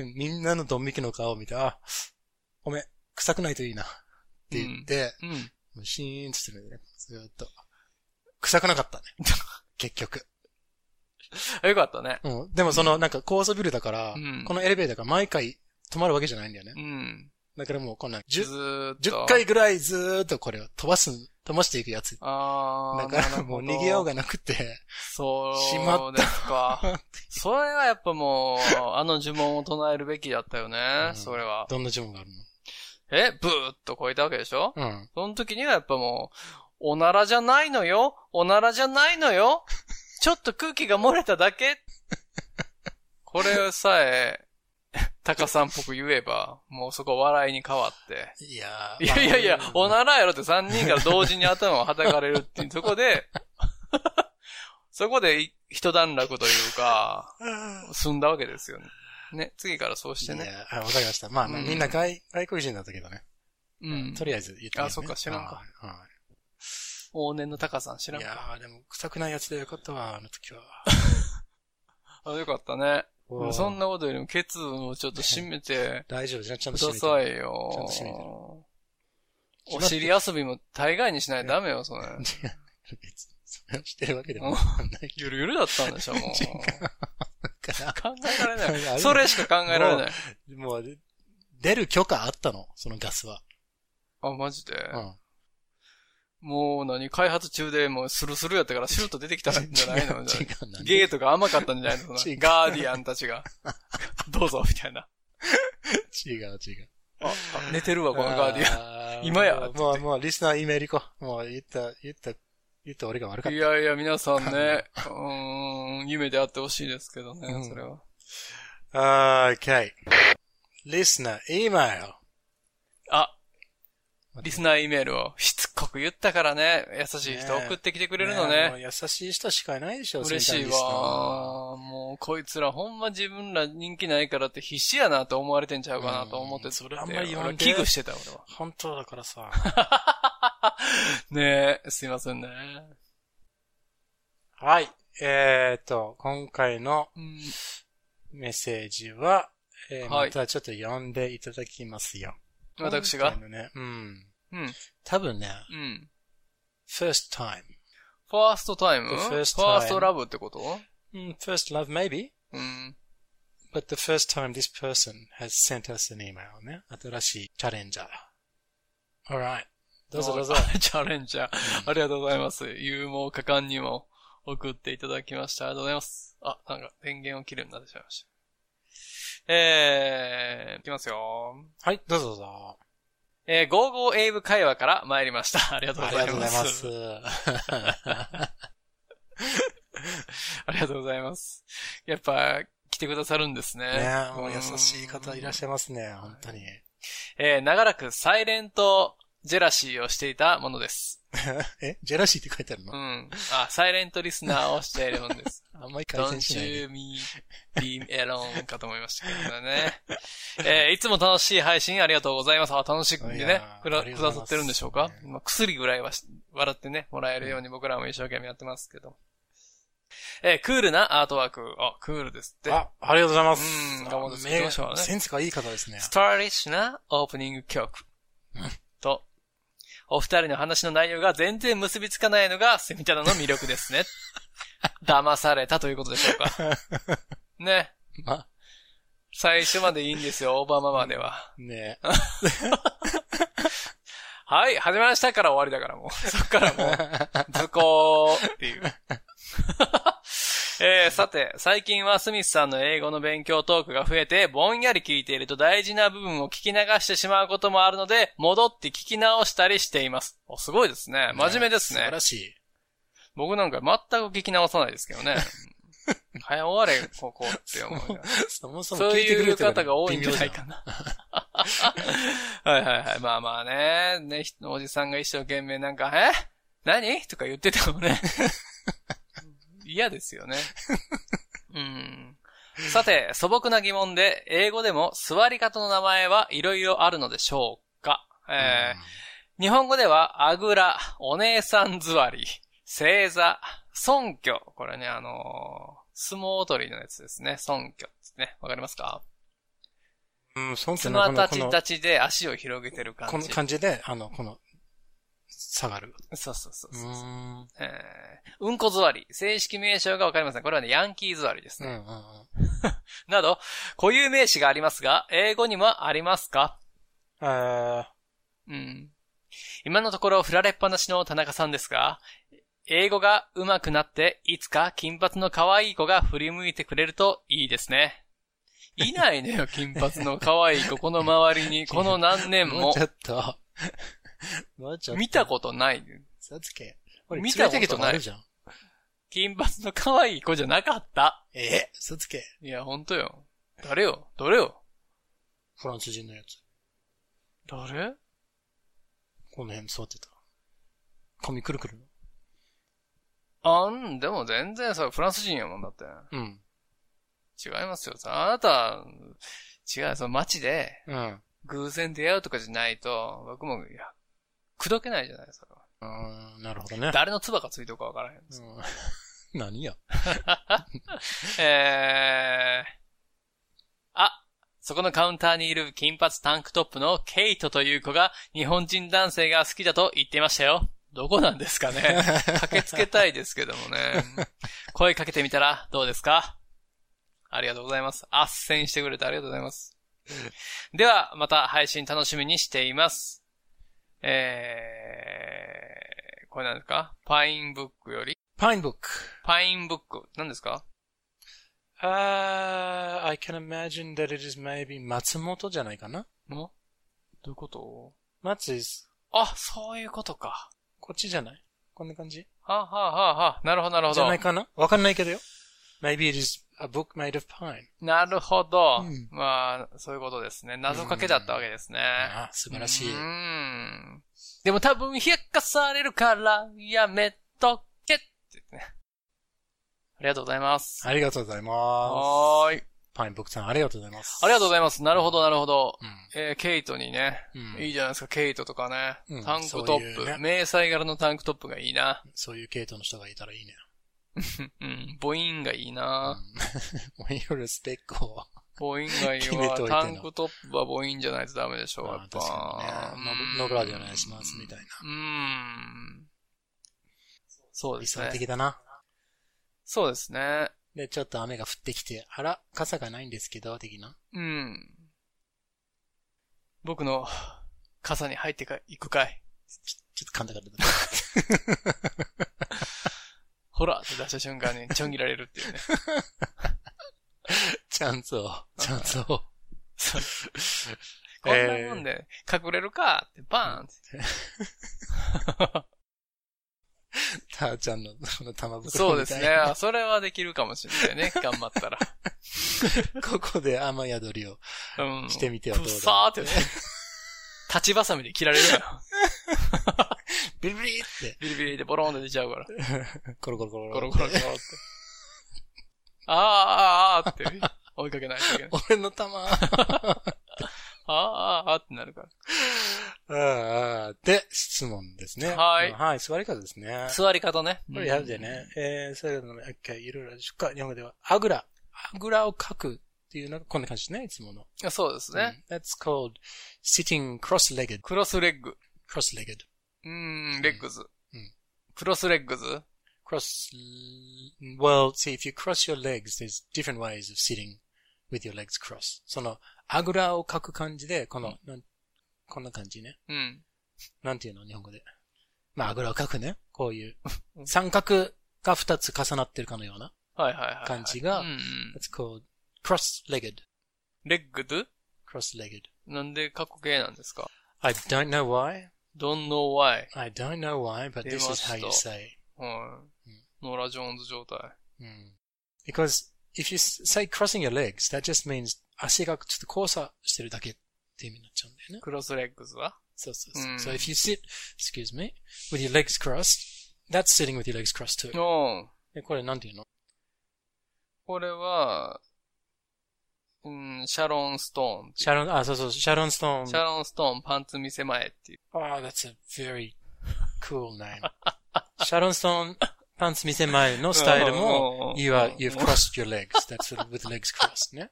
Speaker 1: ね。
Speaker 2: みんなのドン引きの顔を見て、あ、ごめん、臭くないといいな。って言って、
Speaker 1: うん。
Speaker 2: もうシーンとするんだよね。ずーっと。臭くな かったね。結局。
Speaker 1: あよかったね。
Speaker 2: うん。でもその、なんか高層ビルだから、
Speaker 1: うん
Speaker 2: このエレベーターが毎回止まるわけじゃないんだよね
Speaker 1: う。ん。
Speaker 2: だからもうこんな
Speaker 1: ず
Speaker 2: 10、
Speaker 1: ーっと。
Speaker 2: 10回ぐらいずーっとこれを飛ばす、飛ばしていくやつ。
Speaker 1: あ
Speaker 2: だ
Speaker 1: あ。
Speaker 2: からもう逃げよう
Speaker 1: が。
Speaker 2: がなくて、
Speaker 1: そう。
Speaker 2: しまっ
Speaker 1: ですか。それはやっぱもう、あの呪文を唱えるべきだったよね。
Speaker 2: うん
Speaker 1: それは。
Speaker 2: どんな呪文がある
Speaker 1: えブーッと超えたわけでしょ
Speaker 2: のうん。
Speaker 1: その時にはやっぱもう、おならじゃないのよおならじゃないのよちょっと空気が漏れただけこれさえ、タカさんっぽく言えば、もうそこ笑いに変わって。
Speaker 2: いやー。
Speaker 1: いやいやいや
Speaker 2: まあ、
Speaker 1: おならやろって3人が同時に頭をはたかれるっていう、そこで、 そこで一段落というか、済んだわけですよね。ね、次からそうして
Speaker 2: い
Speaker 1: ね。
Speaker 2: やあわかりました。まあまあ、
Speaker 1: うん
Speaker 2: みんな外外国人だったけどね。
Speaker 1: うん。
Speaker 2: とりあえず言ってみよね
Speaker 1: あそっか知らんか。
Speaker 2: はいはい
Speaker 1: 往年のタカさん知らん
Speaker 2: いや
Speaker 1: か。
Speaker 2: ー、でも、臭くないやつでよかったわ、あの時は。
Speaker 1: あ、よかったね。
Speaker 2: おー
Speaker 1: そんなことよりも、ケツをちょっと締めて
Speaker 2: 大丈夫じゃん、ちゃん
Speaker 1: く
Speaker 2: と閉
Speaker 1: だ
Speaker 2: めて
Speaker 1: さいよ。
Speaker 2: ちゃんと締めてる
Speaker 1: お尻遊びも大概にしないとダメよ、それ。
Speaker 2: 違う別に、それをしてるわけで
Speaker 1: う
Speaker 2: も
Speaker 1: ん
Speaker 2: ない
Speaker 1: ゆるゆるだったんでしょ、 もう。
Speaker 2: か
Speaker 1: 考えられ
Speaker 2: 考えられ
Speaker 1: な。
Speaker 2: ないい
Speaker 1: それしか考えられない。
Speaker 2: ら。もう、出る許可あったの、そのガスは。
Speaker 1: あ、マジで。
Speaker 2: うん。
Speaker 1: もう何、開発中でもうスルスルやったからシュッと出てきたんじゃないの
Speaker 2: 違うなんで
Speaker 1: ゲートが甘かったんじゃないの
Speaker 2: 違う
Speaker 1: ガーディアンたちが。 どうぞ、みたいな。
Speaker 2: 違う違う。
Speaker 1: あ、あ寝てるわ、このガーディアン。
Speaker 2: ア
Speaker 1: 今やって
Speaker 2: もう、もう、リスナー E メール行こう。もう、言った、言った、言った俺が 悪かっ
Speaker 1: いやいや、皆さんね、うーん、夢であってほしいですけど
Speaker 2: う
Speaker 1: ね、
Speaker 2: ん
Speaker 1: それは。
Speaker 2: た。okay. リスナー E メール。
Speaker 1: あ、リスナー E メールをしつこく言ったからね、優しい人送ってきてくれるの
Speaker 2: も
Speaker 1: ね。
Speaker 2: う優しい人しかいないでしょ、
Speaker 1: 嬉しい
Speaker 2: 先端リスナーは。
Speaker 1: わ。もう、こいつらほんま自分ら人気ないからって必死やなと思われてんちゃうかなと思って
Speaker 2: うんそれあんまり言わんで
Speaker 1: 俺は危惧してた、俺は。
Speaker 2: 本当だからさ。
Speaker 1: ねえ、すいませんね。
Speaker 2: はい。えっ、ー、と、今回の
Speaker 1: うん、
Speaker 2: メッセージは、えー
Speaker 1: はい
Speaker 2: またちょっと読んでいただきますよ。
Speaker 1: 私が
Speaker 2: 今回のね、うん。
Speaker 1: うん、
Speaker 2: 多分ね、
Speaker 1: うん。
Speaker 2: first time.
Speaker 1: ファーストタイム
Speaker 2: The
Speaker 1: ファー
Speaker 2: first
Speaker 1: スト
Speaker 2: time
Speaker 1: ラブってこと
Speaker 2: うん first love maybe,
Speaker 1: うん。
Speaker 2: but the first time this person has sent us an email ね。新しいチャレンジャー。alright. どうぞどうぞ。。
Speaker 1: チャレンジャー。ありがとうございます。勇猛果敢にも送っていただきました。ありがとうございます。あ、なんか電源を切るようになってしまいました。えー、いきますよ。
Speaker 2: はい、どうぞどうぞ。
Speaker 1: えー、55エイブ会話から参りました。 ありがとう
Speaker 2: あ
Speaker 1: ご
Speaker 2: り
Speaker 1: ざ
Speaker 2: が
Speaker 1: い
Speaker 2: とうご
Speaker 1: ま
Speaker 2: ざいますす。。
Speaker 1: ありがとうございます。やっぱ、来てくださるんですね。
Speaker 2: ねもう優しい方いらっ
Speaker 1: ゃ
Speaker 2: しゃいますね、本当に。
Speaker 1: えー長らくサイレントジェラシーをしていたものです。
Speaker 2: えジェラシーって書いてある
Speaker 1: う
Speaker 2: の
Speaker 1: ん。あ、サイレントリスナーをしているものです。
Speaker 2: あんまり 改善しない
Speaker 1: Don't
Speaker 2: で。
Speaker 1: you me be alone かと思いましたけどね。えーいつも楽しい配信ありがとうございます。あ、楽しく
Speaker 2: い
Speaker 1: ね
Speaker 2: や、ー
Speaker 1: くら
Speaker 2: ありが
Speaker 1: くだ
Speaker 2: とうござい
Speaker 1: さ
Speaker 2: ま
Speaker 1: っ
Speaker 2: す
Speaker 1: てるんでしょうか、まあ、薬ぐらいはし笑ってね、もらえるように僕らも一生懸命やってますけど。えークールなアートワーク。あ、クールですって。
Speaker 2: あ、ありがとうございま
Speaker 1: うん頑張って作ってましたからね
Speaker 2: センスがいい方ですね。
Speaker 1: スターリッシュなオープニング曲。 と、お二人の話の内容が全然結びつかないのがセミタナの魅力 ですね。騙されたということでしょうか。 ね。
Speaker 2: まあ、
Speaker 1: 最初までいいんですよ、オーバーママでは。
Speaker 2: ね
Speaker 1: はい、始まりましたから終わりだからもう。そっからも う、図工っていう。 えー、さて、最近はスミスさんの英語の勉強トークが増えて、ぼんやり聞いていると大事な部分を聞き流してしまうこともあるので、戻って聞き直したりしています。おすごいですね。真面目です
Speaker 2: 素
Speaker 1: ね
Speaker 2: 晴。らしい。
Speaker 1: 僕なんか全く聞き直さないですけどね。早終われ、ここって思うな。
Speaker 2: そもそも
Speaker 1: そう
Speaker 2: 聞いてく
Speaker 1: い
Speaker 2: れ
Speaker 1: う
Speaker 2: てる
Speaker 1: 方が多いんじゃないかな。 はいはいはい。まあまあね。ね、ひおじさんが一生懸命なんか、え何とか言っててもね。嫌ですよね。うん。さて、素朴な疑問で、英語でも座り方の名前はいろいろあるのでしょうか、えー日本語では、あぐら、お姉さん座り、正座、尊虚。これね、あのー相撲取りのやつですね。尊虚ですね。わかりますか
Speaker 2: うん、うん、そう
Speaker 1: つ
Speaker 2: す
Speaker 1: ま
Speaker 2: ね。
Speaker 1: た
Speaker 2: こ
Speaker 1: ち
Speaker 2: の、
Speaker 1: たちで足を広げてる感
Speaker 2: この
Speaker 1: じ。
Speaker 2: 感じで、あの、この、下がる。
Speaker 1: そうそうそう
Speaker 2: う。
Speaker 1: そう、うん
Speaker 2: うん
Speaker 1: えーうんこ座り。正式名称がわかりません。これはね、ヤンキー座りです
Speaker 2: うんう
Speaker 1: ね。
Speaker 2: ん。
Speaker 1: など、固有名詞がありますが、英語にもありますか
Speaker 2: あ
Speaker 1: うん。今のところ振られっぱなしの田中さんですが、英語が上手くなって、いつか金髪の可愛い子が振り向いてくれるといいですね。いないの よ、金髪の可愛い子。この周りに、この何
Speaker 2: ー
Speaker 1: 年
Speaker 2: もう
Speaker 1: も
Speaker 2: ち。ょっと。 もうちょっと。
Speaker 1: 見たことない。
Speaker 2: さつけ。俺、
Speaker 1: 見
Speaker 2: 見
Speaker 1: たことな
Speaker 2: た
Speaker 1: い
Speaker 2: ことない。じゃん。
Speaker 1: 金髪の可愛い子じゃなかった。
Speaker 2: えさつけ。
Speaker 1: いや、ほんとよ。誰よどれよ
Speaker 2: フランス人のやつ。
Speaker 1: 誰
Speaker 2: この辺座ってた。髪くるくるの。
Speaker 1: あん、でも全然それフランス人やもんだって。
Speaker 2: うん。
Speaker 1: 違いますよ。あなた、違う、その街で
Speaker 2: うん。
Speaker 1: 偶然出会うとかじゃないと、僕も、いや、くどけないじゃないですか。
Speaker 2: あーなるほどね。
Speaker 1: 誰の唾がついてるかわからへんです。
Speaker 2: うん何や。
Speaker 1: えー、あ、そこのカウンターにいる金髪タンクトップのケイトという子が日本人男性が好きだと言っていましたよ。どこなんですかね 駆けつけたいですけどもね。声かけてみたらどうですかありがとうございます。斡旋してくれてありがとうございます。では、また配信楽しみにしています。えー、これなんですかパインブックより
Speaker 2: パインブック。
Speaker 1: パインブック。何ですか
Speaker 2: あー I can imagine that it is maybe 松本じゃないかな
Speaker 1: のどういうこと
Speaker 2: 松 is
Speaker 1: あ、そういうことか。
Speaker 2: こっちじゃないこんな感じ
Speaker 1: はあ、はあはあはあ、なるほど、なるほ
Speaker 2: じゃない
Speaker 1: ど。
Speaker 2: かなわかんないけどよ。Maybe it is a book made of pine.
Speaker 1: なるほど、
Speaker 2: うん
Speaker 1: まあ、そういうことですね。謎かけだったわけですね。。
Speaker 2: あー素晴らしいう
Speaker 1: ん。でも多分、冷やかされるから、やめとけって言ってね。ありがとうございます。
Speaker 2: ありがとうございま
Speaker 1: はーい。
Speaker 2: す。パインブックさん、ありがとうございます。
Speaker 1: ありがとうご
Speaker 2: い
Speaker 1: ざいます。なるほど、なるほど。
Speaker 2: ま
Speaker 1: えーケイトにね、
Speaker 2: うん
Speaker 1: いいじゃないですか、ケイトとかね。
Speaker 2: うん
Speaker 1: タンクトップ。
Speaker 2: そういうね
Speaker 1: 迷彩柄のタンクトップがいいな。
Speaker 2: うん。そういう系統の人がいたらいいね。
Speaker 1: うん、母音がいいな。
Speaker 2: うん もういろいろスペックを。
Speaker 1: 母音外
Speaker 2: 決めといて
Speaker 1: は、タ
Speaker 2: の
Speaker 1: ンクトップは母音じゃないとダメでしょう、や
Speaker 2: あ
Speaker 1: っ
Speaker 2: ー確
Speaker 1: ぱ
Speaker 2: か。にね。ノブラでお願いします、みたいな。
Speaker 1: うーん。そうで
Speaker 2: 理
Speaker 1: す
Speaker 2: 想
Speaker 1: ね。
Speaker 2: 的だな。
Speaker 1: そうですね。
Speaker 2: で、ちょっと雨が降ってきて、あら、傘がないんですけど、的な。
Speaker 1: うん。僕の傘に入ってか、行くかい。
Speaker 2: ちょっと噛んだか ら
Speaker 1: ほらって出した瞬間 にちょん切られるっていうね。
Speaker 2: チャンスを、チャンスを。
Speaker 1: そうこんなもんで隠れるかってバーンって。
Speaker 2: たーちゃんの、この玉袋
Speaker 1: そうで
Speaker 2: み
Speaker 1: す
Speaker 2: たい
Speaker 1: ね
Speaker 2: な。。
Speaker 1: それはできるかもしれな いね。頑張ったら。
Speaker 2: ここで雨宿りを
Speaker 1: うん。
Speaker 2: してみてはどう
Speaker 1: プ
Speaker 2: だ
Speaker 1: サーってね。立ちばさみで切られるよ。
Speaker 2: ビリビリって、
Speaker 1: ビリビリでボロンって出ちゃうから。
Speaker 2: コロコロコロ
Speaker 1: ゴロゴロゴロって。あーあーあーって追いかけないといけない。
Speaker 2: 俺の玉 あ
Speaker 1: あーあーあーってなるから。
Speaker 2: あああで、質問ですね。
Speaker 1: はい
Speaker 2: はい、座り方ですね。
Speaker 1: 座り方ね。
Speaker 2: これやるでね。えー、それの、一回いろいろあるでしょうか。日本語では、あぐら。あぐらをかくっていうのがこんな感じですね、いつもの。
Speaker 1: うん。そうですね。
Speaker 2: うん That's called sitting cross-legged.
Speaker 1: クロスレッグ。
Speaker 2: cross-legged.
Speaker 1: うーん、レッグズ
Speaker 2: うん。
Speaker 1: クロスレッグズ
Speaker 2: cross, well, see, if you cross your legs, there's different ways of sitting with your legs crossed. その、あぐらをかく感じで、この、なんこんな感じね。
Speaker 1: うん。
Speaker 2: なんていうの日本語で。まあ、あぐらをかくね。こういう、三角が二つ重なってるかのような。
Speaker 1: はいはいはいはい。
Speaker 2: 感じが
Speaker 1: うんうん。
Speaker 2: That's called cross-legged.
Speaker 1: レッグズ
Speaker 2: cross-legged.
Speaker 1: なんで過去形なんですか
Speaker 2: I don't know why.
Speaker 1: ?don't know why.
Speaker 2: I don't know why, but this is how you
Speaker 1: 出ました。
Speaker 2: say.
Speaker 1: はい。ノーラ・ジョーンズ状態。
Speaker 2: Mm. Because if you s- say crossing your legs, that just means 足がちょっと交差してるだけって意味になっちゃうんだよね。
Speaker 1: クロスレッグズは
Speaker 2: そうそうそう。
Speaker 1: うん
Speaker 2: So if you sit, excuse me, with your legs crossed, that's sitting with your legs crossed too.
Speaker 1: うん。
Speaker 2: でこれなんていうの
Speaker 1: これは、うん、シャロン・ストーン。
Speaker 2: シャロン、あ、そうそう、シャロンスト
Speaker 1: シ
Speaker 2: ー
Speaker 1: ャ
Speaker 2: ン。
Speaker 1: ロン・ストーン、パンツ見せ前っていう。
Speaker 2: Oh, that's a very cool name. シャロンストーン、パンツ見せ前のスタイルも、
Speaker 1: うん
Speaker 2: you are, you've crossed your legs. That's with legs crossed ね。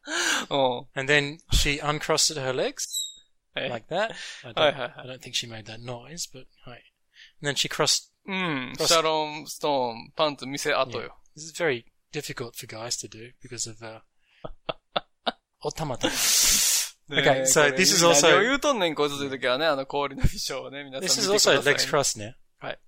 Speaker 1: うん。
Speaker 2: And then she uncrossed her legs.
Speaker 1: え
Speaker 2: like that. I don't,
Speaker 1: hi, hi.
Speaker 2: I don't think she made that noise, but hi. And then she crossed.
Speaker 1: うん。シャロン・ストーン、パンツ見せ後
Speaker 2: Yeah.
Speaker 1: よ。
Speaker 2: This is very difficult for guys to do because of uh, automata.
Speaker 1: ねえ
Speaker 2: Okay, so
Speaker 1: これ
Speaker 2: this is also-
Speaker 1: 何を言うとんねん、こいつという時はね、あの氷の衣装をね、皆さん
Speaker 2: This
Speaker 1: 見て
Speaker 2: is
Speaker 1: ください
Speaker 2: also
Speaker 1: ね。
Speaker 2: legs crossed now.
Speaker 1: Right.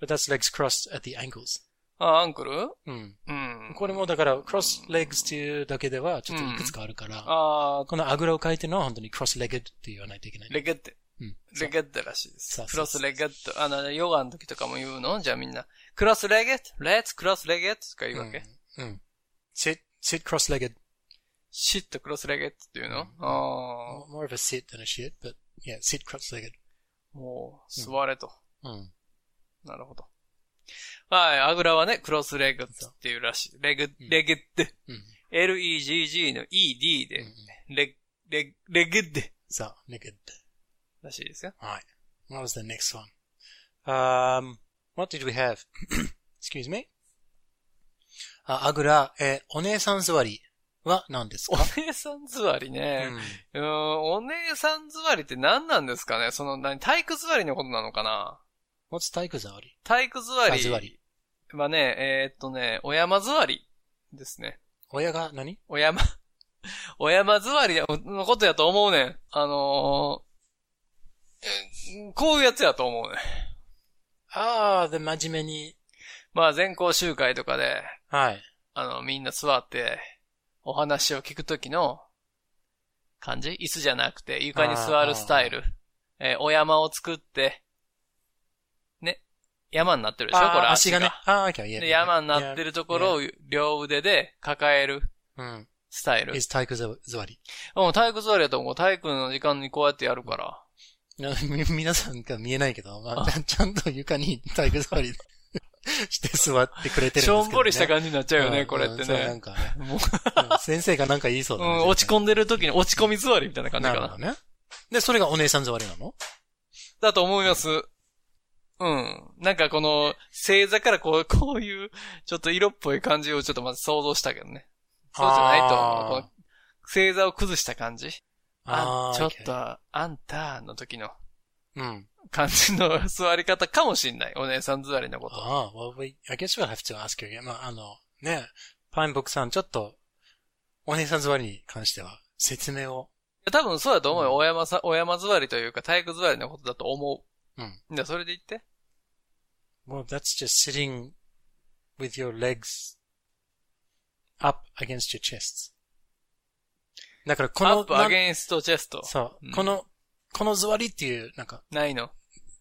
Speaker 2: But that's legs crossed at the ankles.
Speaker 1: あ、アンクル
Speaker 2: Mm.
Speaker 1: うん。
Speaker 2: これもだから、cross legs っていうだけではち
Speaker 1: Hmm.
Speaker 2: ょっといくつかあるから、
Speaker 1: あー
Speaker 2: このあぐらをかいてるのは本当に cross legged って言わないといけない。
Speaker 1: レゲッテ。
Speaker 2: うん
Speaker 1: レゲッテらしいで
Speaker 2: そ
Speaker 1: す
Speaker 2: う。
Speaker 1: ク
Speaker 2: そう
Speaker 1: ロス
Speaker 2: そう
Speaker 1: レゲット。あの、ヨガの時とかも言うのじゃあみんな。クロスレゲット ?Let's クロスレゲットとか言うわけ、
Speaker 2: うん。うん。sit, Hmm. sit cross legged.
Speaker 1: シッとクロスレゲットっていうの、ああ、
Speaker 2: More of a sit than a shit, but yeah, sit cross legged.
Speaker 1: もう、座れと。
Speaker 2: うん。
Speaker 1: なるほど。はい、あぐらはね、クロスレゲットっていうらしい。レグ、レゲッテ。
Speaker 2: うん。
Speaker 1: L-E-G-G の E-D
Speaker 2: う
Speaker 1: で
Speaker 2: ん、
Speaker 1: レ、レ、レゲッテ
Speaker 2: さあ、naked.
Speaker 1: らしいですよ。
Speaker 2: はい。What was the next one? Um, what did we have? Excuse me? あ、あぐら、えーお姉さん座りは何です
Speaker 1: お
Speaker 2: か
Speaker 1: 姉さん座りね。
Speaker 2: うん
Speaker 1: うーん、お姉さん座りって何なんですかねその、何、体育座りのことなのかな
Speaker 2: What's 体育座り
Speaker 1: 体育座り。
Speaker 2: あ座り
Speaker 1: はね、えーっとね、お山座りですね。
Speaker 2: 親が何
Speaker 1: お山、お山座りのことやと思うねん。あのーえこういうやつやと思うねん。
Speaker 2: ああ、で、真面目に。
Speaker 1: まあ、全校集会とかで、
Speaker 2: はい。
Speaker 1: あの、みんな座って、お話を聞くときの感じ椅子じゃなくて、床に座るスタイル。えーお山を作って、ね、山になってるでしょこ
Speaker 2: あー
Speaker 1: れ
Speaker 2: 足がね。ああ、OK、yeah.
Speaker 1: で、山になってるところを両腕で抱える
Speaker 2: うん。
Speaker 1: スタイル。
Speaker 2: is 体育座り。
Speaker 1: うん、体育座りやと思う。体育の時間にこうやってやるから。
Speaker 2: な 皆さんが見えないけど、 まあ、ちゃんと床に体育座り して座ってくれてるんですけ
Speaker 1: し
Speaker 2: ど、ね。
Speaker 1: ょんぼりした感じになっちゃうよ
Speaker 2: う
Speaker 1: ね、
Speaker 2: ん
Speaker 1: これって
Speaker 2: そうなん
Speaker 1: ね。
Speaker 2: かね。
Speaker 1: も
Speaker 2: うん先生がなんか言いそう
Speaker 1: う、
Speaker 2: だ
Speaker 1: う
Speaker 2: ね。
Speaker 1: ん、落ち込んでる時に落ち込み座りみたいな感じ
Speaker 2: な
Speaker 1: か
Speaker 2: る
Speaker 1: な。
Speaker 2: ほどね。で、それがお姉さん座りなの
Speaker 1: だと思います。うん。なんかこの、星座からこう、 こういう、ちょっと色っぽい感じをちょっとまず想像したけどね。そうじゃないと思う。こ
Speaker 2: あー
Speaker 1: の星座を崩した感じ。あ
Speaker 2: ー
Speaker 1: ちょっと、あんたの時の
Speaker 2: うん。あ
Speaker 1: 感じの 座り方かもしんない。お姉さん座りのこと。
Speaker 2: あ、well, we, I guess we'll have to ask you again. まあ、あの、ね、パインボクさん、ちょっと、お姉さん座りに関しては、説明を。
Speaker 1: 多分そうだと思う
Speaker 2: う
Speaker 1: よ。
Speaker 2: ん
Speaker 1: お山さ、お山座りというか体育座りのことだと思う。
Speaker 2: うん。
Speaker 1: じゃあそれで言って。
Speaker 2: Well, that's just sitting with your legs up against your chests. だからこ
Speaker 1: アッ
Speaker 2: の、
Speaker 1: プ
Speaker 2: な
Speaker 1: アゲンストチェスト。
Speaker 2: そう、
Speaker 1: うん
Speaker 2: この、この座りっていう、なんか、
Speaker 1: ないの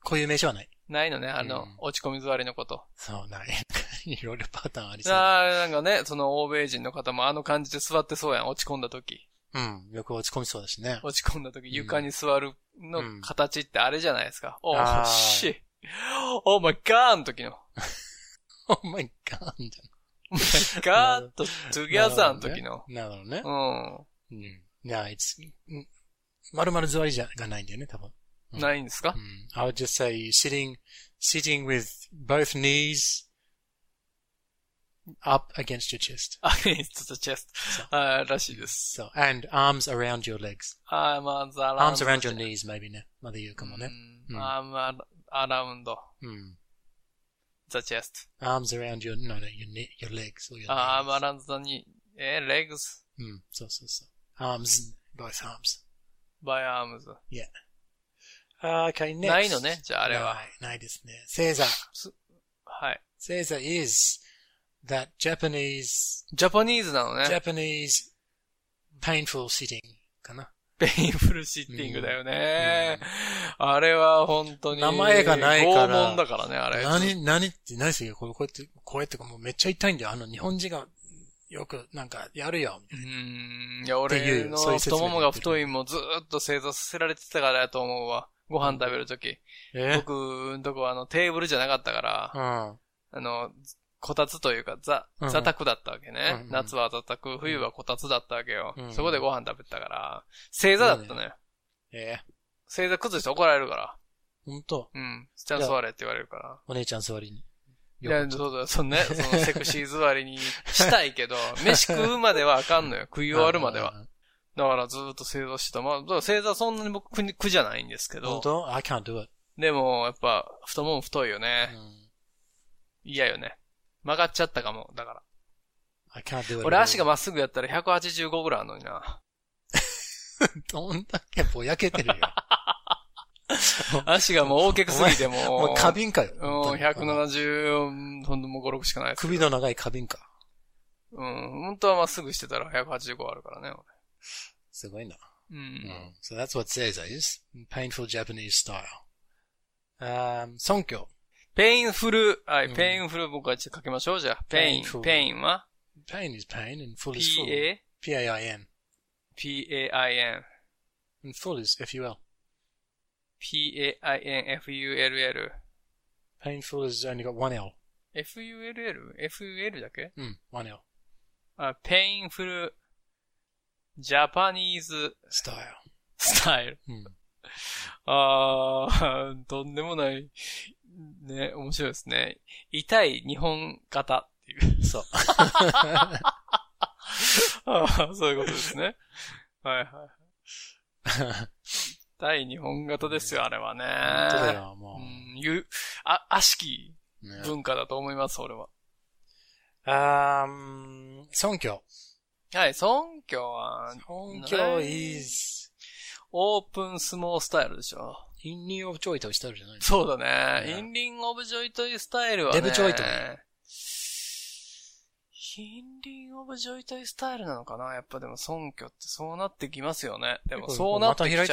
Speaker 2: こういう名称はない。
Speaker 1: ないのね、あの、
Speaker 2: うん
Speaker 1: 落ち込み座りのこと。
Speaker 2: そう、ない。 いろいろパターンありそうだ。
Speaker 1: ああ、なんかね、その欧米人の方もあの感じで座ってそうやん、落ち込んだ時。
Speaker 2: うん。よく落ち込みそうだし ね。
Speaker 1: 落ち込んだ時、床に座るの
Speaker 2: うん
Speaker 1: 形ってあれじゃないですか。おー
Speaker 2: あー
Speaker 1: しい。お前ガーンの時の。
Speaker 2: Oh my god.
Speaker 1: ガーッと、トゥギャザーの時の。
Speaker 2: なるほどね
Speaker 1: う。ん。
Speaker 2: うん。な、it's, うんまるまる座りじゃ、がないんだよね、多分。うん
Speaker 1: ないんですか
Speaker 2: うん I would just say sitting, sitting with both knees up against your chest.
Speaker 1: アゲンストチェスト。あーらしいです。
Speaker 2: So, and arms around your legs.
Speaker 1: アーマーズアラウンド。
Speaker 2: Arms around your knees, maybe ね。まだ言うかもね。
Speaker 1: う。
Speaker 2: うんん
Speaker 1: アーマーアラウンド。
Speaker 2: うん。
Speaker 1: ザチェス
Speaker 2: Hmm. arms around your, no, no, your, knee, your legs or your
Speaker 1: ト。アー
Speaker 2: knees. Hmm.
Speaker 1: マーラウンドに、え、レグス、
Speaker 2: うん。そうそうそう。arms, both arms.
Speaker 1: バイアームズ。
Speaker 2: Uh, Okay, next.
Speaker 1: ないのね、じゃああれは。
Speaker 2: ない、ないですね。正座。
Speaker 1: はい。
Speaker 2: Seiza is that Japanese,
Speaker 1: ジャパニーズなのね。
Speaker 2: Japanese painful sitting かな。
Speaker 1: ペインフルシッティングだよね。あれは本当に。
Speaker 2: 名前がないから
Speaker 1: 拷問だからね、あれ。
Speaker 2: 何、何って何ですよ。これこうやって、こうやってもうめっちゃ痛いんだよ。あの日本人がよくなんかやるよ。みた
Speaker 1: う
Speaker 2: い
Speaker 1: ー
Speaker 2: な
Speaker 1: ん。いや、
Speaker 2: っていう
Speaker 1: 俺の
Speaker 2: そういう説
Speaker 1: 太
Speaker 2: 明
Speaker 1: ももが太いもずーっと正座させられてたからやと思うわ。ご飯食べるとき。
Speaker 2: え
Speaker 1: 僕んとこはあのテーブルじゃなかったから、
Speaker 2: うん。
Speaker 1: あの、こたつというか、ザ
Speaker 2: う、ん
Speaker 1: ザタクだったわけ
Speaker 2: うん
Speaker 1: ね
Speaker 2: う。ん
Speaker 1: 夏はザタク、冬はこたつだったわけよ
Speaker 2: う。ん
Speaker 1: そこでご飯食べてたから、正座だったのよ。
Speaker 2: え
Speaker 1: 正座崩して怒られるから。
Speaker 2: ー、ほんと
Speaker 1: うん。ちゃんと座れって言われるから。
Speaker 2: お姉ちゃん座りに。
Speaker 1: いや、そうだよ、そのね、そのセクシー座りにしたいけ ど、飯食うまではあかんのよ。食い終わるまでは。。だからずーっと正座してた。まあ、だから正座そんなに僕苦に苦じゃないんですけ
Speaker 2: 本
Speaker 1: ど。
Speaker 2: 当 ?I can't do it.
Speaker 1: でも、やっぱ、太もも太いよね。
Speaker 2: うん
Speaker 1: 嫌よね。曲がっちゃったかも、だから。
Speaker 2: I can't do it.
Speaker 1: 俺足がまっすぐやったら185ぐらいあるのにな。
Speaker 2: どんだけぼやけてるよ。
Speaker 1: 足がもう大きくすぎてもう。
Speaker 2: もう花瓶かよ。
Speaker 1: うん、170、うんほんともう5、6しかないです。
Speaker 2: 首の長い花瓶か。
Speaker 1: うん、本当はまっすぐしてたら185あるからね、俺
Speaker 2: すごいな。
Speaker 1: うん。
Speaker 2: Mm. So that's what seiza is. Painful Japanese style. Um, sonkyo.
Speaker 1: ペインフル、は
Speaker 2: う
Speaker 1: い、
Speaker 2: ん
Speaker 1: ペインフル僕はちょっと書きましょう、じゃあ。ペイン、
Speaker 2: painful
Speaker 1: ペインは
Speaker 2: Pain is pain and full is full.
Speaker 1: ?pa,
Speaker 2: P-A-I-N.
Speaker 1: pain,
Speaker 2: And full is F-U-L.
Speaker 1: painfull,
Speaker 2: Painful has only got one L.
Speaker 1: full, ful だっけ
Speaker 2: Mm, one L.
Speaker 1: あ、ペインフル、ジャパニーズ
Speaker 2: Style.
Speaker 1: スタイル。
Speaker 2: Mm.
Speaker 1: あー、 とんでもない。ね、面白いですね。痛い日本型っていう。
Speaker 2: So,
Speaker 1: あー そういうことですね。はいはい。 痛い日本型ですよ、あれはね。う
Speaker 2: 本当だよ、もう。
Speaker 1: ん、ゆ、あ、悪しき
Speaker 2: Yeah.
Speaker 1: 文化だと思います、俺は。
Speaker 2: Um, sonkyo.
Speaker 1: はい、尊教は、
Speaker 2: Sonkyo is
Speaker 1: オープンスモースタイルでしょ。
Speaker 2: in New York Joy としてるじゃない
Speaker 1: そうだね。
Speaker 2: ね
Speaker 1: インリン・オブ・ジョイトイスタイルはね。
Speaker 2: デブジョイトイ
Speaker 1: インリン・オブ・ジョイトイスタイルなのかなやっぱでも、尊虚ってそうなってきますよね。でも、そうなってきちゃうね。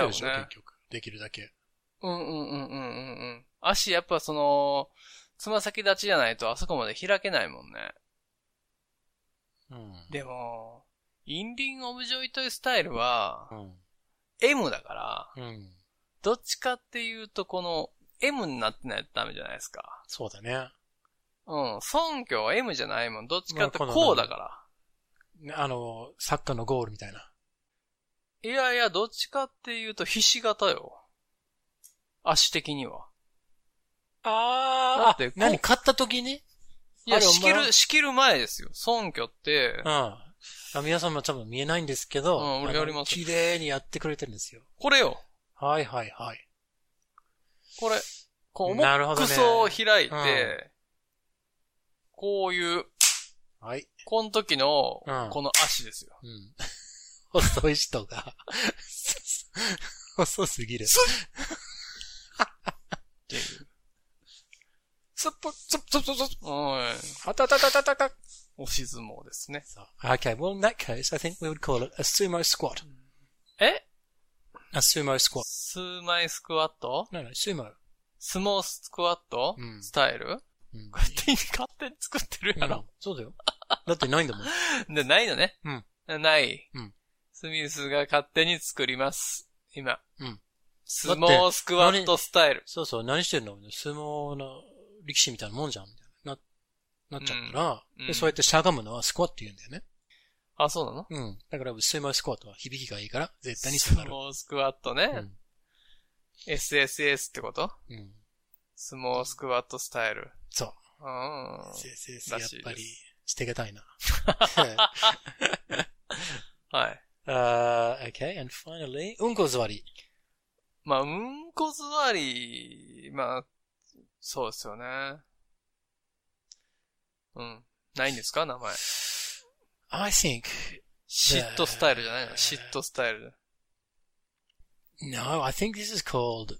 Speaker 1: うんうんうんうんうんうん。足、やっぱその、つま先立ちじゃないとあそこまで開けないもんね。でも、インリン・オブ・ジョイトイスタイルは、M だから、どっちかっていうと、この、M になってないとダメじゃないですか。
Speaker 2: また開いてるでしょ、結局。できるだけ。うん。うん。そうだね。あの、
Speaker 1: うん、尊虚は M じゃないもん。どっちかって
Speaker 2: まあこ
Speaker 1: こう
Speaker 2: の
Speaker 1: だから。
Speaker 2: サッカーのゴールみたいな。
Speaker 1: いやいや、どっちかっていうと、ひし形よ。足的には。
Speaker 2: あ
Speaker 1: だってこう
Speaker 2: 何買った時に
Speaker 1: いや、
Speaker 2: あれお前
Speaker 1: 仕切る、仕切る前ですよ。尊虚って
Speaker 2: うん。、あ皆さんも多分見えないんですけど、
Speaker 1: うん俺がやります
Speaker 2: あの綺麗にやってくれてるんですよ。
Speaker 1: これよ。
Speaker 2: はいはいはい。
Speaker 1: これ。こう、
Speaker 2: なる
Speaker 1: 重
Speaker 2: ほ
Speaker 1: く
Speaker 2: どね
Speaker 1: そを開いて、
Speaker 2: うん
Speaker 1: こういう、
Speaker 2: はい。
Speaker 1: この時の、
Speaker 2: うん
Speaker 1: この足ですよ。
Speaker 2: うん。 細い人が、 細すぎる。
Speaker 1: っていう。
Speaker 2: すっぽ、すっぽ、すっぽ、すっ
Speaker 1: はい。
Speaker 2: ぽ、あたたたたたた。
Speaker 1: 押し相撲ですね。
Speaker 2: Okay, well in that case, I think we would call it a sumo squat.
Speaker 1: え
Speaker 2: A sumo squat.
Speaker 1: スーマイスクワット
Speaker 2: No, no, sumo.
Speaker 1: スモースクワット
Speaker 2: うん
Speaker 1: スタイル
Speaker 2: うん
Speaker 1: 勝手に勝手に作ってるやろ。
Speaker 2: そうだよ。だってないんだ もん。
Speaker 1: で、ないのね。ない。
Speaker 2: うん
Speaker 1: スミスが勝手に作ります。今。
Speaker 2: うん
Speaker 1: スモースクワットスタイル。
Speaker 2: そうそう、何してんの相撲の力士みたいなもんじゃんみたいな。な、なっちゃうか
Speaker 1: う
Speaker 2: ら、
Speaker 1: んうん
Speaker 2: でそうやってしゃがむのはスクワットって言うんだよね。
Speaker 1: あ、そうなの
Speaker 2: うん。だから、スイマースクワットは響きがいいから、絶対に
Speaker 1: ス
Speaker 2: 下がる。
Speaker 1: モースクワットね。SSS ってこと
Speaker 2: うん。うん。
Speaker 1: スモースクワットスタイル。
Speaker 2: そう。
Speaker 1: うん。
Speaker 2: せいせいせい
Speaker 1: ら
Speaker 2: やっ
Speaker 1: しいです
Speaker 2: ぱり、していけた いな。
Speaker 1: はい。
Speaker 2: あー okay, and finally, うんこ座り。
Speaker 1: まあ、うんこ座り、まあ、そうですよね。うん。ないんですか名前。
Speaker 2: I think,
Speaker 1: 嫉妬スタイルじゃないの嫉妬スタイル。
Speaker 2: no, I think this is called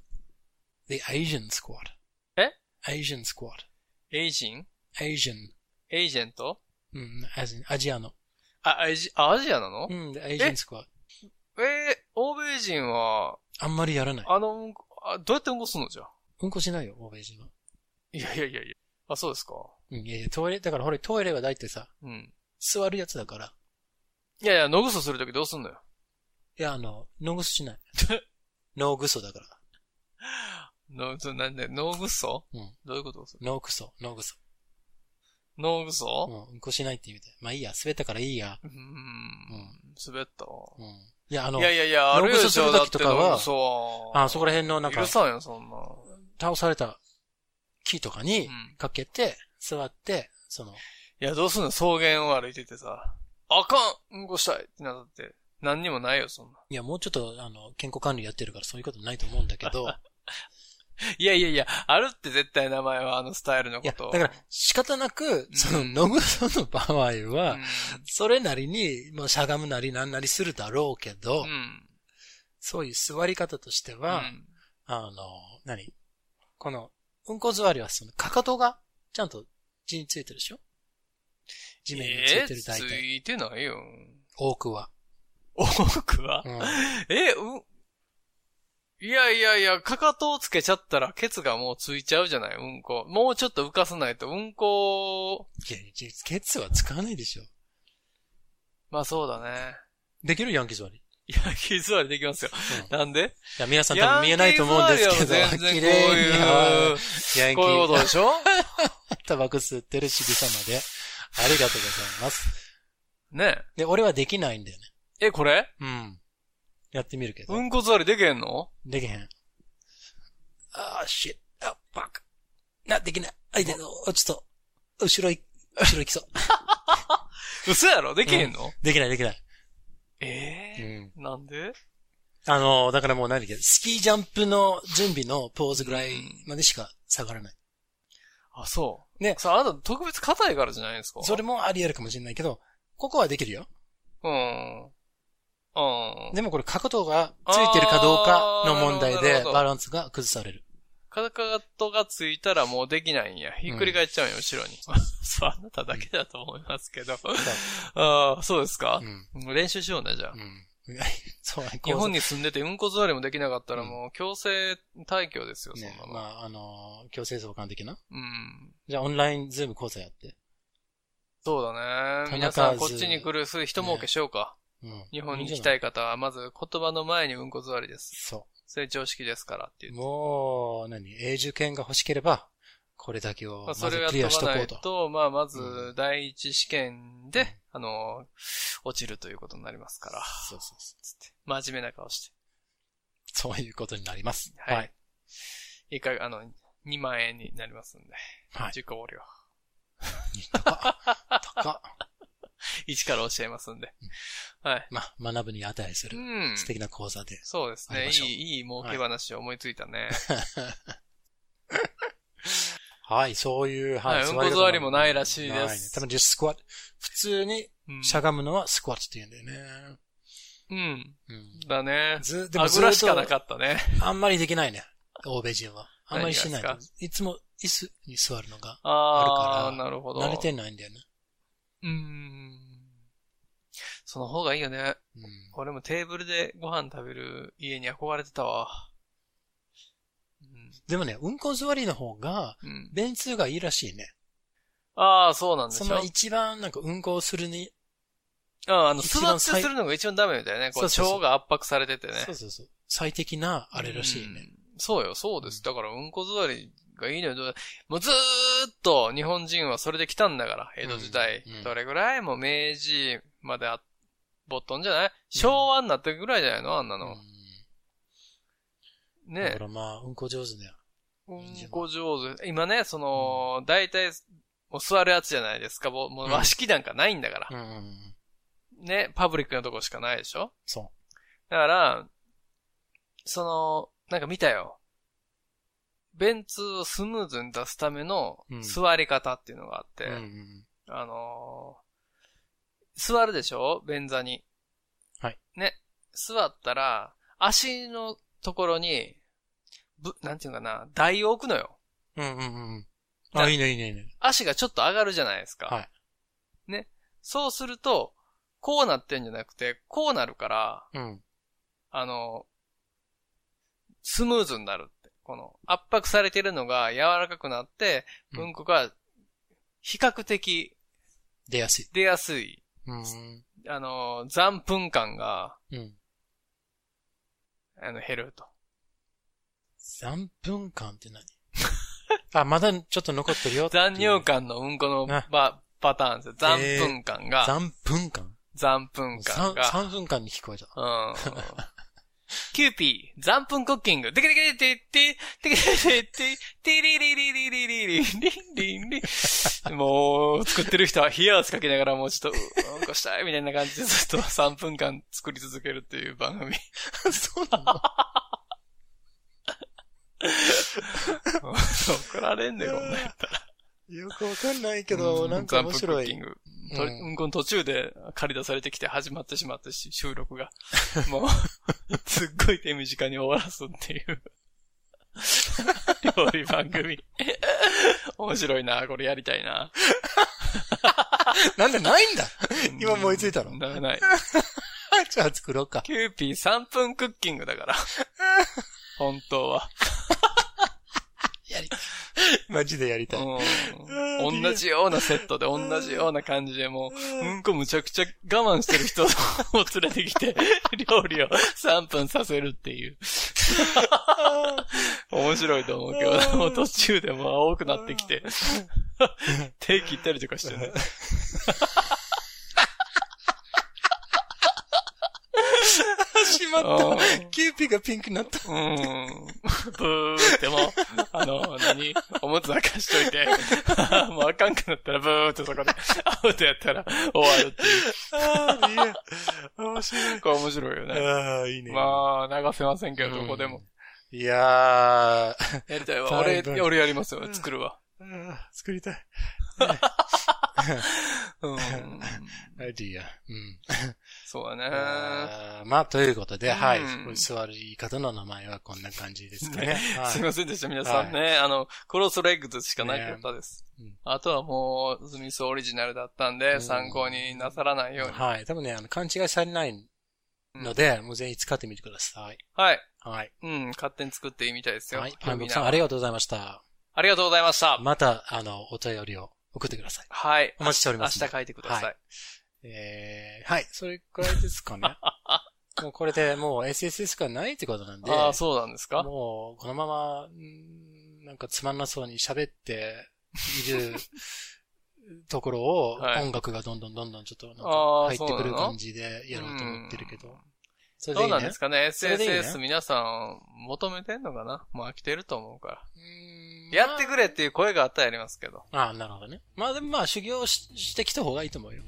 Speaker 2: the Asian squat.
Speaker 1: え
Speaker 2: ?Asian squat.
Speaker 1: エイジン
Speaker 2: Asian.
Speaker 1: エージェント
Speaker 2: うん、as in アジアの。
Speaker 1: あ、アジアジアなの、
Speaker 2: うん、the Asian squat.
Speaker 1: えー欧米人は、
Speaker 2: あんまりやらない。
Speaker 1: あの、うんこあどうやってうんこすんのじゃあ
Speaker 2: うんこしないよ、欧米人は。
Speaker 1: いやいやいやいや。あ、そうですか。
Speaker 2: うん、いやいや、トイレ、だからほれ、トイレは大体さ、
Speaker 1: うん。
Speaker 2: 座るやつだから。
Speaker 1: いやいや、野ぐそするときどうすんのよ。
Speaker 2: いや、あの、ノーグソ しない。ノーグソだから。
Speaker 1: の、そなんで、脳ぐそ
Speaker 2: うん
Speaker 1: どういうことをする
Speaker 2: ノーグソ、ノーグソ。
Speaker 1: 脳ぐそ
Speaker 2: うん、うんこしないって意味で。まあいいや、滑ったからいいや。
Speaker 1: うーん。滑ったわ。
Speaker 2: うん。いや、あの
Speaker 1: い、やいやいや、あるよ、
Speaker 2: 脳ぐそする時とかは
Speaker 1: だって脳ぐそ
Speaker 2: あ、そこら辺のなん
Speaker 1: 許
Speaker 2: か、
Speaker 1: さんよ、そんな。
Speaker 2: 倒された木とか
Speaker 1: う
Speaker 2: に
Speaker 1: ん
Speaker 2: かけて、座って、その、
Speaker 1: いや、どうすんの草原を歩いててさ。あかんうんこしたいってなったって。何にもないよ、そんな。
Speaker 2: いや、もうちょっと、あの、健康管理やってるからそういうことないと思うんだけ ど、
Speaker 1: いやいやいや、あるって絶対名前は、あのスタイルの
Speaker 2: い
Speaker 1: こ
Speaker 2: や、
Speaker 1: と。
Speaker 2: だから仕方なく、そうの、
Speaker 1: ん
Speaker 2: ノグソの場合は、
Speaker 1: う
Speaker 2: それなりに、もうしゃがむなりなんなりするだろうけど、
Speaker 1: ん。うん。
Speaker 2: そういう座り方としては、
Speaker 1: うん
Speaker 2: あの、何この、うんこ座りはその、かかとが、ちゃんと地についてるでしょ地面についてる大
Speaker 1: えーつ
Speaker 2: 体。
Speaker 1: いてないよ。
Speaker 2: 多くは。
Speaker 1: 多くは、
Speaker 2: うん
Speaker 1: え、う、いやいやいや、かかとをつけちゃったら、ケツがもうついちゃうじゃないうんこ。もうちょっと浮かさないと、うんこ、
Speaker 2: いや、ケツは使わないでしょ。
Speaker 1: まあそうだね。
Speaker 2: できるヤンキー座り。い
Speaker 1: ヤンキー座りできますよ。
Speaker 2: うん
Speaker 1: なんで
Speaker 2: や、皆さん多分見えないと思うんですけど
Speaker 1: ヤンキー座りは全、然
Speaker 2: 綺
Speaker 1: こう
Speaker 2: 麗に、
Speaker 1: いう
Speaker 2: は、いヤンキ
Speaker 1: こういう
Speaker 2: ー
Speaker 1: ことでし ょ
Speaker 2: タバコ吸ってる仕草まで、ありがとうございます。
Speaker 1: ね
Speaker 2: で、俺はできないんだよね。
Speaker 1: え。え、これ
Speaker 2: うん。やってみるけど。
Speaker 1: うんこ座りでけんの
Speaker 2: できへん。ああ、shit. あ、バック。な、できない。あ、いで、おちょっと、後ろい、後ろ行きそう。
Speaker 1: 嘘やろでけへんの、
Speaker 2: できない、できない。
Speaker 1: ええ
Speaker 2: ん。
Speaker 1: なんで
Speaker 2: あのー、だからもう何だっけ、スキージャンプの準備のポーズぐらいまでしか下がらない。
Speaker 1: あ、そう。
Speaker 2: ね
Speaker 1: さあ、あなた特別硬いからじゃないですか
Speaker 2: それもあり得るかもしれないけど、ここはできるよ。
Speaker 1: うん。うん。
Speaker 2: でもこれ、角度がついてるかどうかの問題
Speaker 1: あーなる
Speaker 2: で
Speaker 1: ほ、ど
Speaker 2: バランスが崩される。
Speaker 1: かかとがついたらもうできないんや。ひっくり返っちゃうんや、後ろに。 そう、あなただけだと思いますけど。ああ、そうですか
Speaker 2: う、ん。
Speaker 1: 練習しようね、じゃあ
Speaker 2: う。ん。 そう、
Speaker 1: 日本
Speaker 2: に、
Speaker 1: に住んでてうんこ座りもできなかったらもう強制退去ですよ、そん
Speaker 2: ね
Speaker 1: な、の。
Speaker 2: まあ、あのー、強制相関的な。
Speaker 1: うん。
Speaker 2: じゃあ、オンラインズーム講座やって。
Speaker 1: そうだね。
Speaker 2: 田中
Speaker 1: 皆さん、
Speaker 2: 図
Speaker 1: こっちに来る、そういう人儲けしようか。
Speaker 2: うん。
Speaker 1: 日本に行き
Speaker 2: い
Speaker 1: た
Speaker 2: いんじゃない。
Speaker 1: い方は、まず言葉の前にうんこ座りです。
Speaker 2: そう。
Speaker 1: それ常識ですからっていう。
Speaker 2: もう、何永住権が欲しければ、これだけを
Speaker 1: ま
Speaker 2: ま
Speaker 1: あ、そ
Speaker 2: ず
Speaker 1: れをやっ
Speaker 2: クリアし
Speaker 1: と
Speaker 2: と
Speaker 1: か
Speaker 2: こ
Speaker 1: ないう
Speaker 2: と。
Speaker 1: と、まあ、ま
Speaker 2: う
Speaker 1: ず、第一試験で、あの、落ちるということになりますから、
Speaker 2: そうそうそ
Speaker 1: つって。真面目な顔して。
Speaker 2: う。そういうことになります。
Speaker 1: はい。。い、いか、あの、2万円になりますんで。
Speaker 2: はい
Speaker 1: 受講料。
Speaker 2: 高っ
Speaker 1: 一から教えますんで。はい。
Speaker 2: まあ、学ぶに値す
Speaker 1: う
Speaker 2: る
Speaker 1: ん。
Speaker 2: 素敵な講座で。
Speaker 1: そうです
Speaker 2: 会い
Speaker 1: ね。
Speaker 2: ましょう
Speaker 1: いい、いい儲け話を思いついた ね。
Speaker 2: はい、そういう、は
Speaker 1: は
Speaker 2: い。
Speaker 1: いう
Speaker 2: 座り
Speaker 1: ん
Speaker 2: 方
Speaker 1: こ座りもないらしいです
Speaker 2: ないね多分、just squat。普通に
Speaker 1: うん
Speaker 2: しゃがむのはスクワットって言うんだよね。
Speaker 1: うん。
Speaker 2: うん。
Speaker 1: だね。
Speaker 2: ず、で
Speaker 1: あ
Speaker 2: も
Speaker 1: ぐ
Speaker 2: ずっ
Speaker 1: らしかな
Speaker 2: と、
Speaker 1: かったね。
Speaker 2: あんまりできないね。欧米人は。あんまりしない
Speaker 1: 何がで。
Speaker 2: いつも椅子に座るのが
Speaker 1: ああ
Speaker 2: あるから
Speaker 1: なるほど。
Speaker 2: 慣れてないんだよね。
Speaker 1: うーん。その方がいいよね。
Speaker 2: うん
Speaker 1: 俺もテーブルでご飯食べる家に憧れてたわ。
Speaker 2: でもね、うんこ座りの方が、
Speaker 1: うん。うん。
Speaker 2: 便通がいいらしいね。
Speaker 1: ああ、そうなんで
Speaker 2: そ
Speaker 1: しょ
Speaker 2: の。一番なんかうんこをするに、
Speaker 1: うん、あの、座
Speaker 2: 一番
Speaker 1: って
Speaker 2: 最
Speaker 1: するのが一番ダメみたいね。こう、
Speaker 2: そうそうそう
Speaker 1: 腸が圧迫されててね。
Speaker 2: そうそうそう。最適なあれらしい
Speaker 1: う
Speaker 2: ね。
Speaker 1: ん。そうよ、そうです。だから、うんこ座りがいいのよ。どうもうずーっと日本人はそれで来たんだから、江戸時代。
Speaker 2: うんうん
Speaker 1: どれぐらいもう明治まであ、ぼっとんじゃない昭和になってくぐらいじゃないのあんなの。
Speaker 2: う
Speaker 1: ね
Speaker 2: んだ
Speaker 1: え
Speaker 2: からまあ、うんこ上手だよ。
Speaker 1: うんこ上手。今ね、その、大体、もう座るやつじゃないですか。もうもう
Speaker 2: うん
Speaker 1: 和式なんかないんだから。
Speaker 2: うんうんうん。
Speaker 1: ね、パブリックなとこしかないでしょ
Speaker 2: そ
Speaker 1: だから、その、なんか見たよ。ベンツをスムーズに出すための
Speaker 2: うん
Speaker 1: 座り方っていうのがあって、
Speaker 2: う。うんうん
Speaker 1: あのー座るでしょ便座に。
Speaker 2: はい。
Speaker 1: ね。座ったら、足のところに、ぶ、なんていうのかな、台を置くのよ。
Speaker 2: うんうんうんうん。
Speaker 1: だ
Speaker 2: あ、いいねいいねいいね。
Speaker 1: 足がちょっと上がるじゃないですか。
Speaker 2: はい
Speaker 1: ね。そうすると、こうなってんじゃなくて、こうなるから、
Speaker 2: うん。
Speaker 1: あの、スムーズになるって。この、圧迫されてるのが柔らかくなって、
Speaker 2: う
Speaker 1: う
Speaker 2: ん
Speaker 1: んこが、比較的
Speaker 2: 出やすい。
Speaker 1: 出やすい、
Speaker 2: うん。
Speaker 1: あの、残分感が、
Speaker 2: うん。
Speaker 1: あの、減ると。
Speaker 2: 3分間って何 あ、まだちょっと残ってるよっていう
Speaker 1: 残尿。感のうんこの
Speaker 2: あ
Speaker 1: ばパターンですよ。残分感が、
Speaker 2: 3分間
Speaker 1: 残分感
Speaker 2: 3,
Speaker 1: が。
Speaker 2: 3分間に聞こえた。
Speaker 1: うん。キューピー、残分クッキング。てけてけてって、てけてけてって、てりりりりりりりりりりり。もう、作ってる人は冷や汗かけながらもうちょっと、ううんこしたいみたいな感じでずっと3分間作り続けるっていう番組。
Speaker 2: そうなの
Speaker 1: 怒られんね、こんなんやったら。
Speaker 2: よくわかんないけど、なんか面白
Speaker 1: 残分クッ
Speaker 2: い。
Speaker 1: キング。と
Speaker 2: う
Speaker 1: うんんこの途中で借り出されてきて始まってしまってし、収録 が。もう、すっごい手短に終わらすって いう。料理番組。面白いな、これやりたいな。
Speaker 2: なんでないんだ 今思いついたの
Speaker 1: うんならない。
Speaker 2: じゃあ作ろうか。
Speaker 1: キューピー3分クッキングだ から。本当は。
Speaker 2: マジでやりたい。
Speaker 1: うん同じようなセットで、同じような感じで、もう、うんこむちゃくちゃ我慢してる人を連れてき て、料理を3分させるっていう。面白いと思うけど、もう途中でもう青くなってきて、 手切ったりとかしてね。
Speaker 2: しま
Speaker 1: うん
Speaker 2: キューピーがピンクになった。
Speaker 1: うーん。ブーってもう、あの、何おむつ沸かしと いて、もうあかんくなったらブーってそこで、アウトやったら終わるっていう。
Speaker 2: ああ、いや。面白い。
Speaker 1: これ面白いよね。
Speaker 2: ああ、いいね。
Speaker 1: まあ、流せませんけど、どこでも。
Speaker 2: いやー、
Speaker 1: やりたいわ。
Speaker 2: だ
Speaker 1: 俺
Speaker 2: いぶ、
Speaker 1: 俺やりますよ。作るわ。
Speaker 2: あー作りたい。
Speaker 1: うん。
Speaker 2: アイディア。うん。
Speaker 1: そうだね。
Speaker 2: あーまあ、ということで、はい。
Speaker 1: うん
Speaker 2: 座り方の名前はこんな感じです かね。はい
Speaker 1: すいませんでした、皆さんね。あの、クロスレッグズしかなかったです
Speaker 2: ねうん。
Speaker 1: あとはもう、スミスオリジナルだったん
Speaker 2: う
Speaker 1: で、
Speaker 2: ん
Speaker 1: 参考になさらないように。
Speaker 2: はい。多分ね、あの、勘違いされないので、もうぜひ使ってみてください。
Speaker 1: はい。
Speaker 2: はい。
Speaker 1: うん、勝手に作っていいみたいですよ。
Speaker 2: はい。パン
Speaker 1: み
Speaker 2: ブ
Speaker 1: ん
Speaker 2: クさん、
Speaker 1: な
Speaker 2: ありがとうございました。
Speaker 1: ありがとうございました。
Speaker 2: また、あの、お便りを送ってください。
Speaker 1: はい。
Speaker 2: お待ちしており
Speaker 1: 明
Speaker 2: ますんで。
Speaker 1: 日書いてくださ。
Speaker 2: はいえー、はい。それくらいです かね。もうこれでもう SSS がないってことなんで、
Speaker 1: ああ、そうなんですか
Speaker 2: もうこのまま、んーなんかつまんなそうに喋っているところを、
Speaker 1: はい
Speaker 2: 音楽がどんどんどんどんちょっとなん
Speaker 1: あー
Speaker 2: か入ってく
Speaker 1: そう
Speaker 2: る
Speaker 1: なの
Speaker 2: 感じでやろうと思ってるけ
Speaker 1: うん
Speaker 2: ど。それで
Speaker 1: ど
Speaker 2: いうい
Speaker 1: なん
Speaker 2: ね
Speaker 1: です。かね
Speaker 2: それでいいね
Speaker 1: ?SSS 皆さん求めてんのかなもう飽きてると思うから。
Speaker 2: うーん
Speaker 1: やってくれっていう声があったらやりますけど。
Speaker 2: ああ、なるほどね。まあでもまあ修行ししてきた方がいいと思うよ。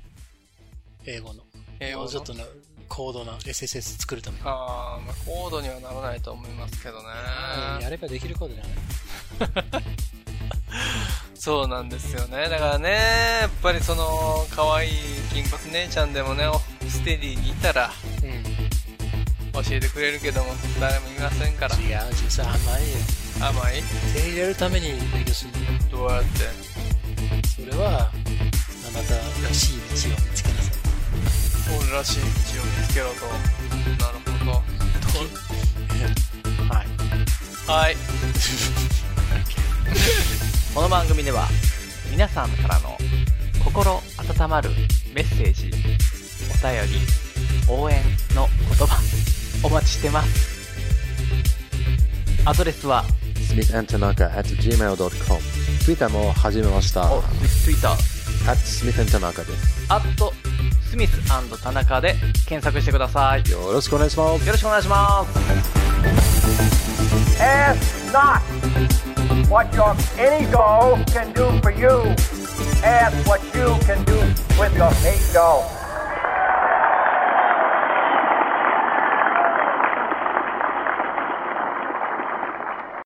Speaker 2: 英語の。
Speaker 1: 英語
Speaker 2: も
Speaker 1: の
Speaker 2: うちょっとな高度な SSS 作るために。
Speaker 1: あーまあ、高度にはならないと思いますけどね。
Speaker 2: うんやればできることじゃない
Speaker 1: そうなんですよね。だからね、やっぱりその、可愛い金髪姉ちゃんでもね、ステディにいたら
Speaker 2: うん。違う
Speaker 1: 教えてくれるけども、誰もいませんから。
Speaker 2: 実は甘いよ。
Speaker 1: 甘い
Speaker 2: 手入れるために勉強するんだよ。
Speaker 1: どうやって。
Speaker 2: それは、あなたらしい道を見つけなさい。
Speaker 1: 俺らしい道を見つけろと。なるほ
Speaker 2: はい。
Speaker 1: ど。はい。
Speaker 4: この番組では皆さんからの心温まるメッセージお便り応援の言葉お待ちしてますアドレスは
Speaker 8: smithandtanaka at gmail.com ツイッターも始めました
Speaker 4: お Twitter
Speaker 8: at smithandtanaka です
Speaker 4: アットスミス田中で検索してくださいよ
Speaker 8: よろしくお願いします
Speaker 4: ろしくお願いします
Speaker 6: Ask not what your any doll can do for you. Ask what you can do with your hate doll.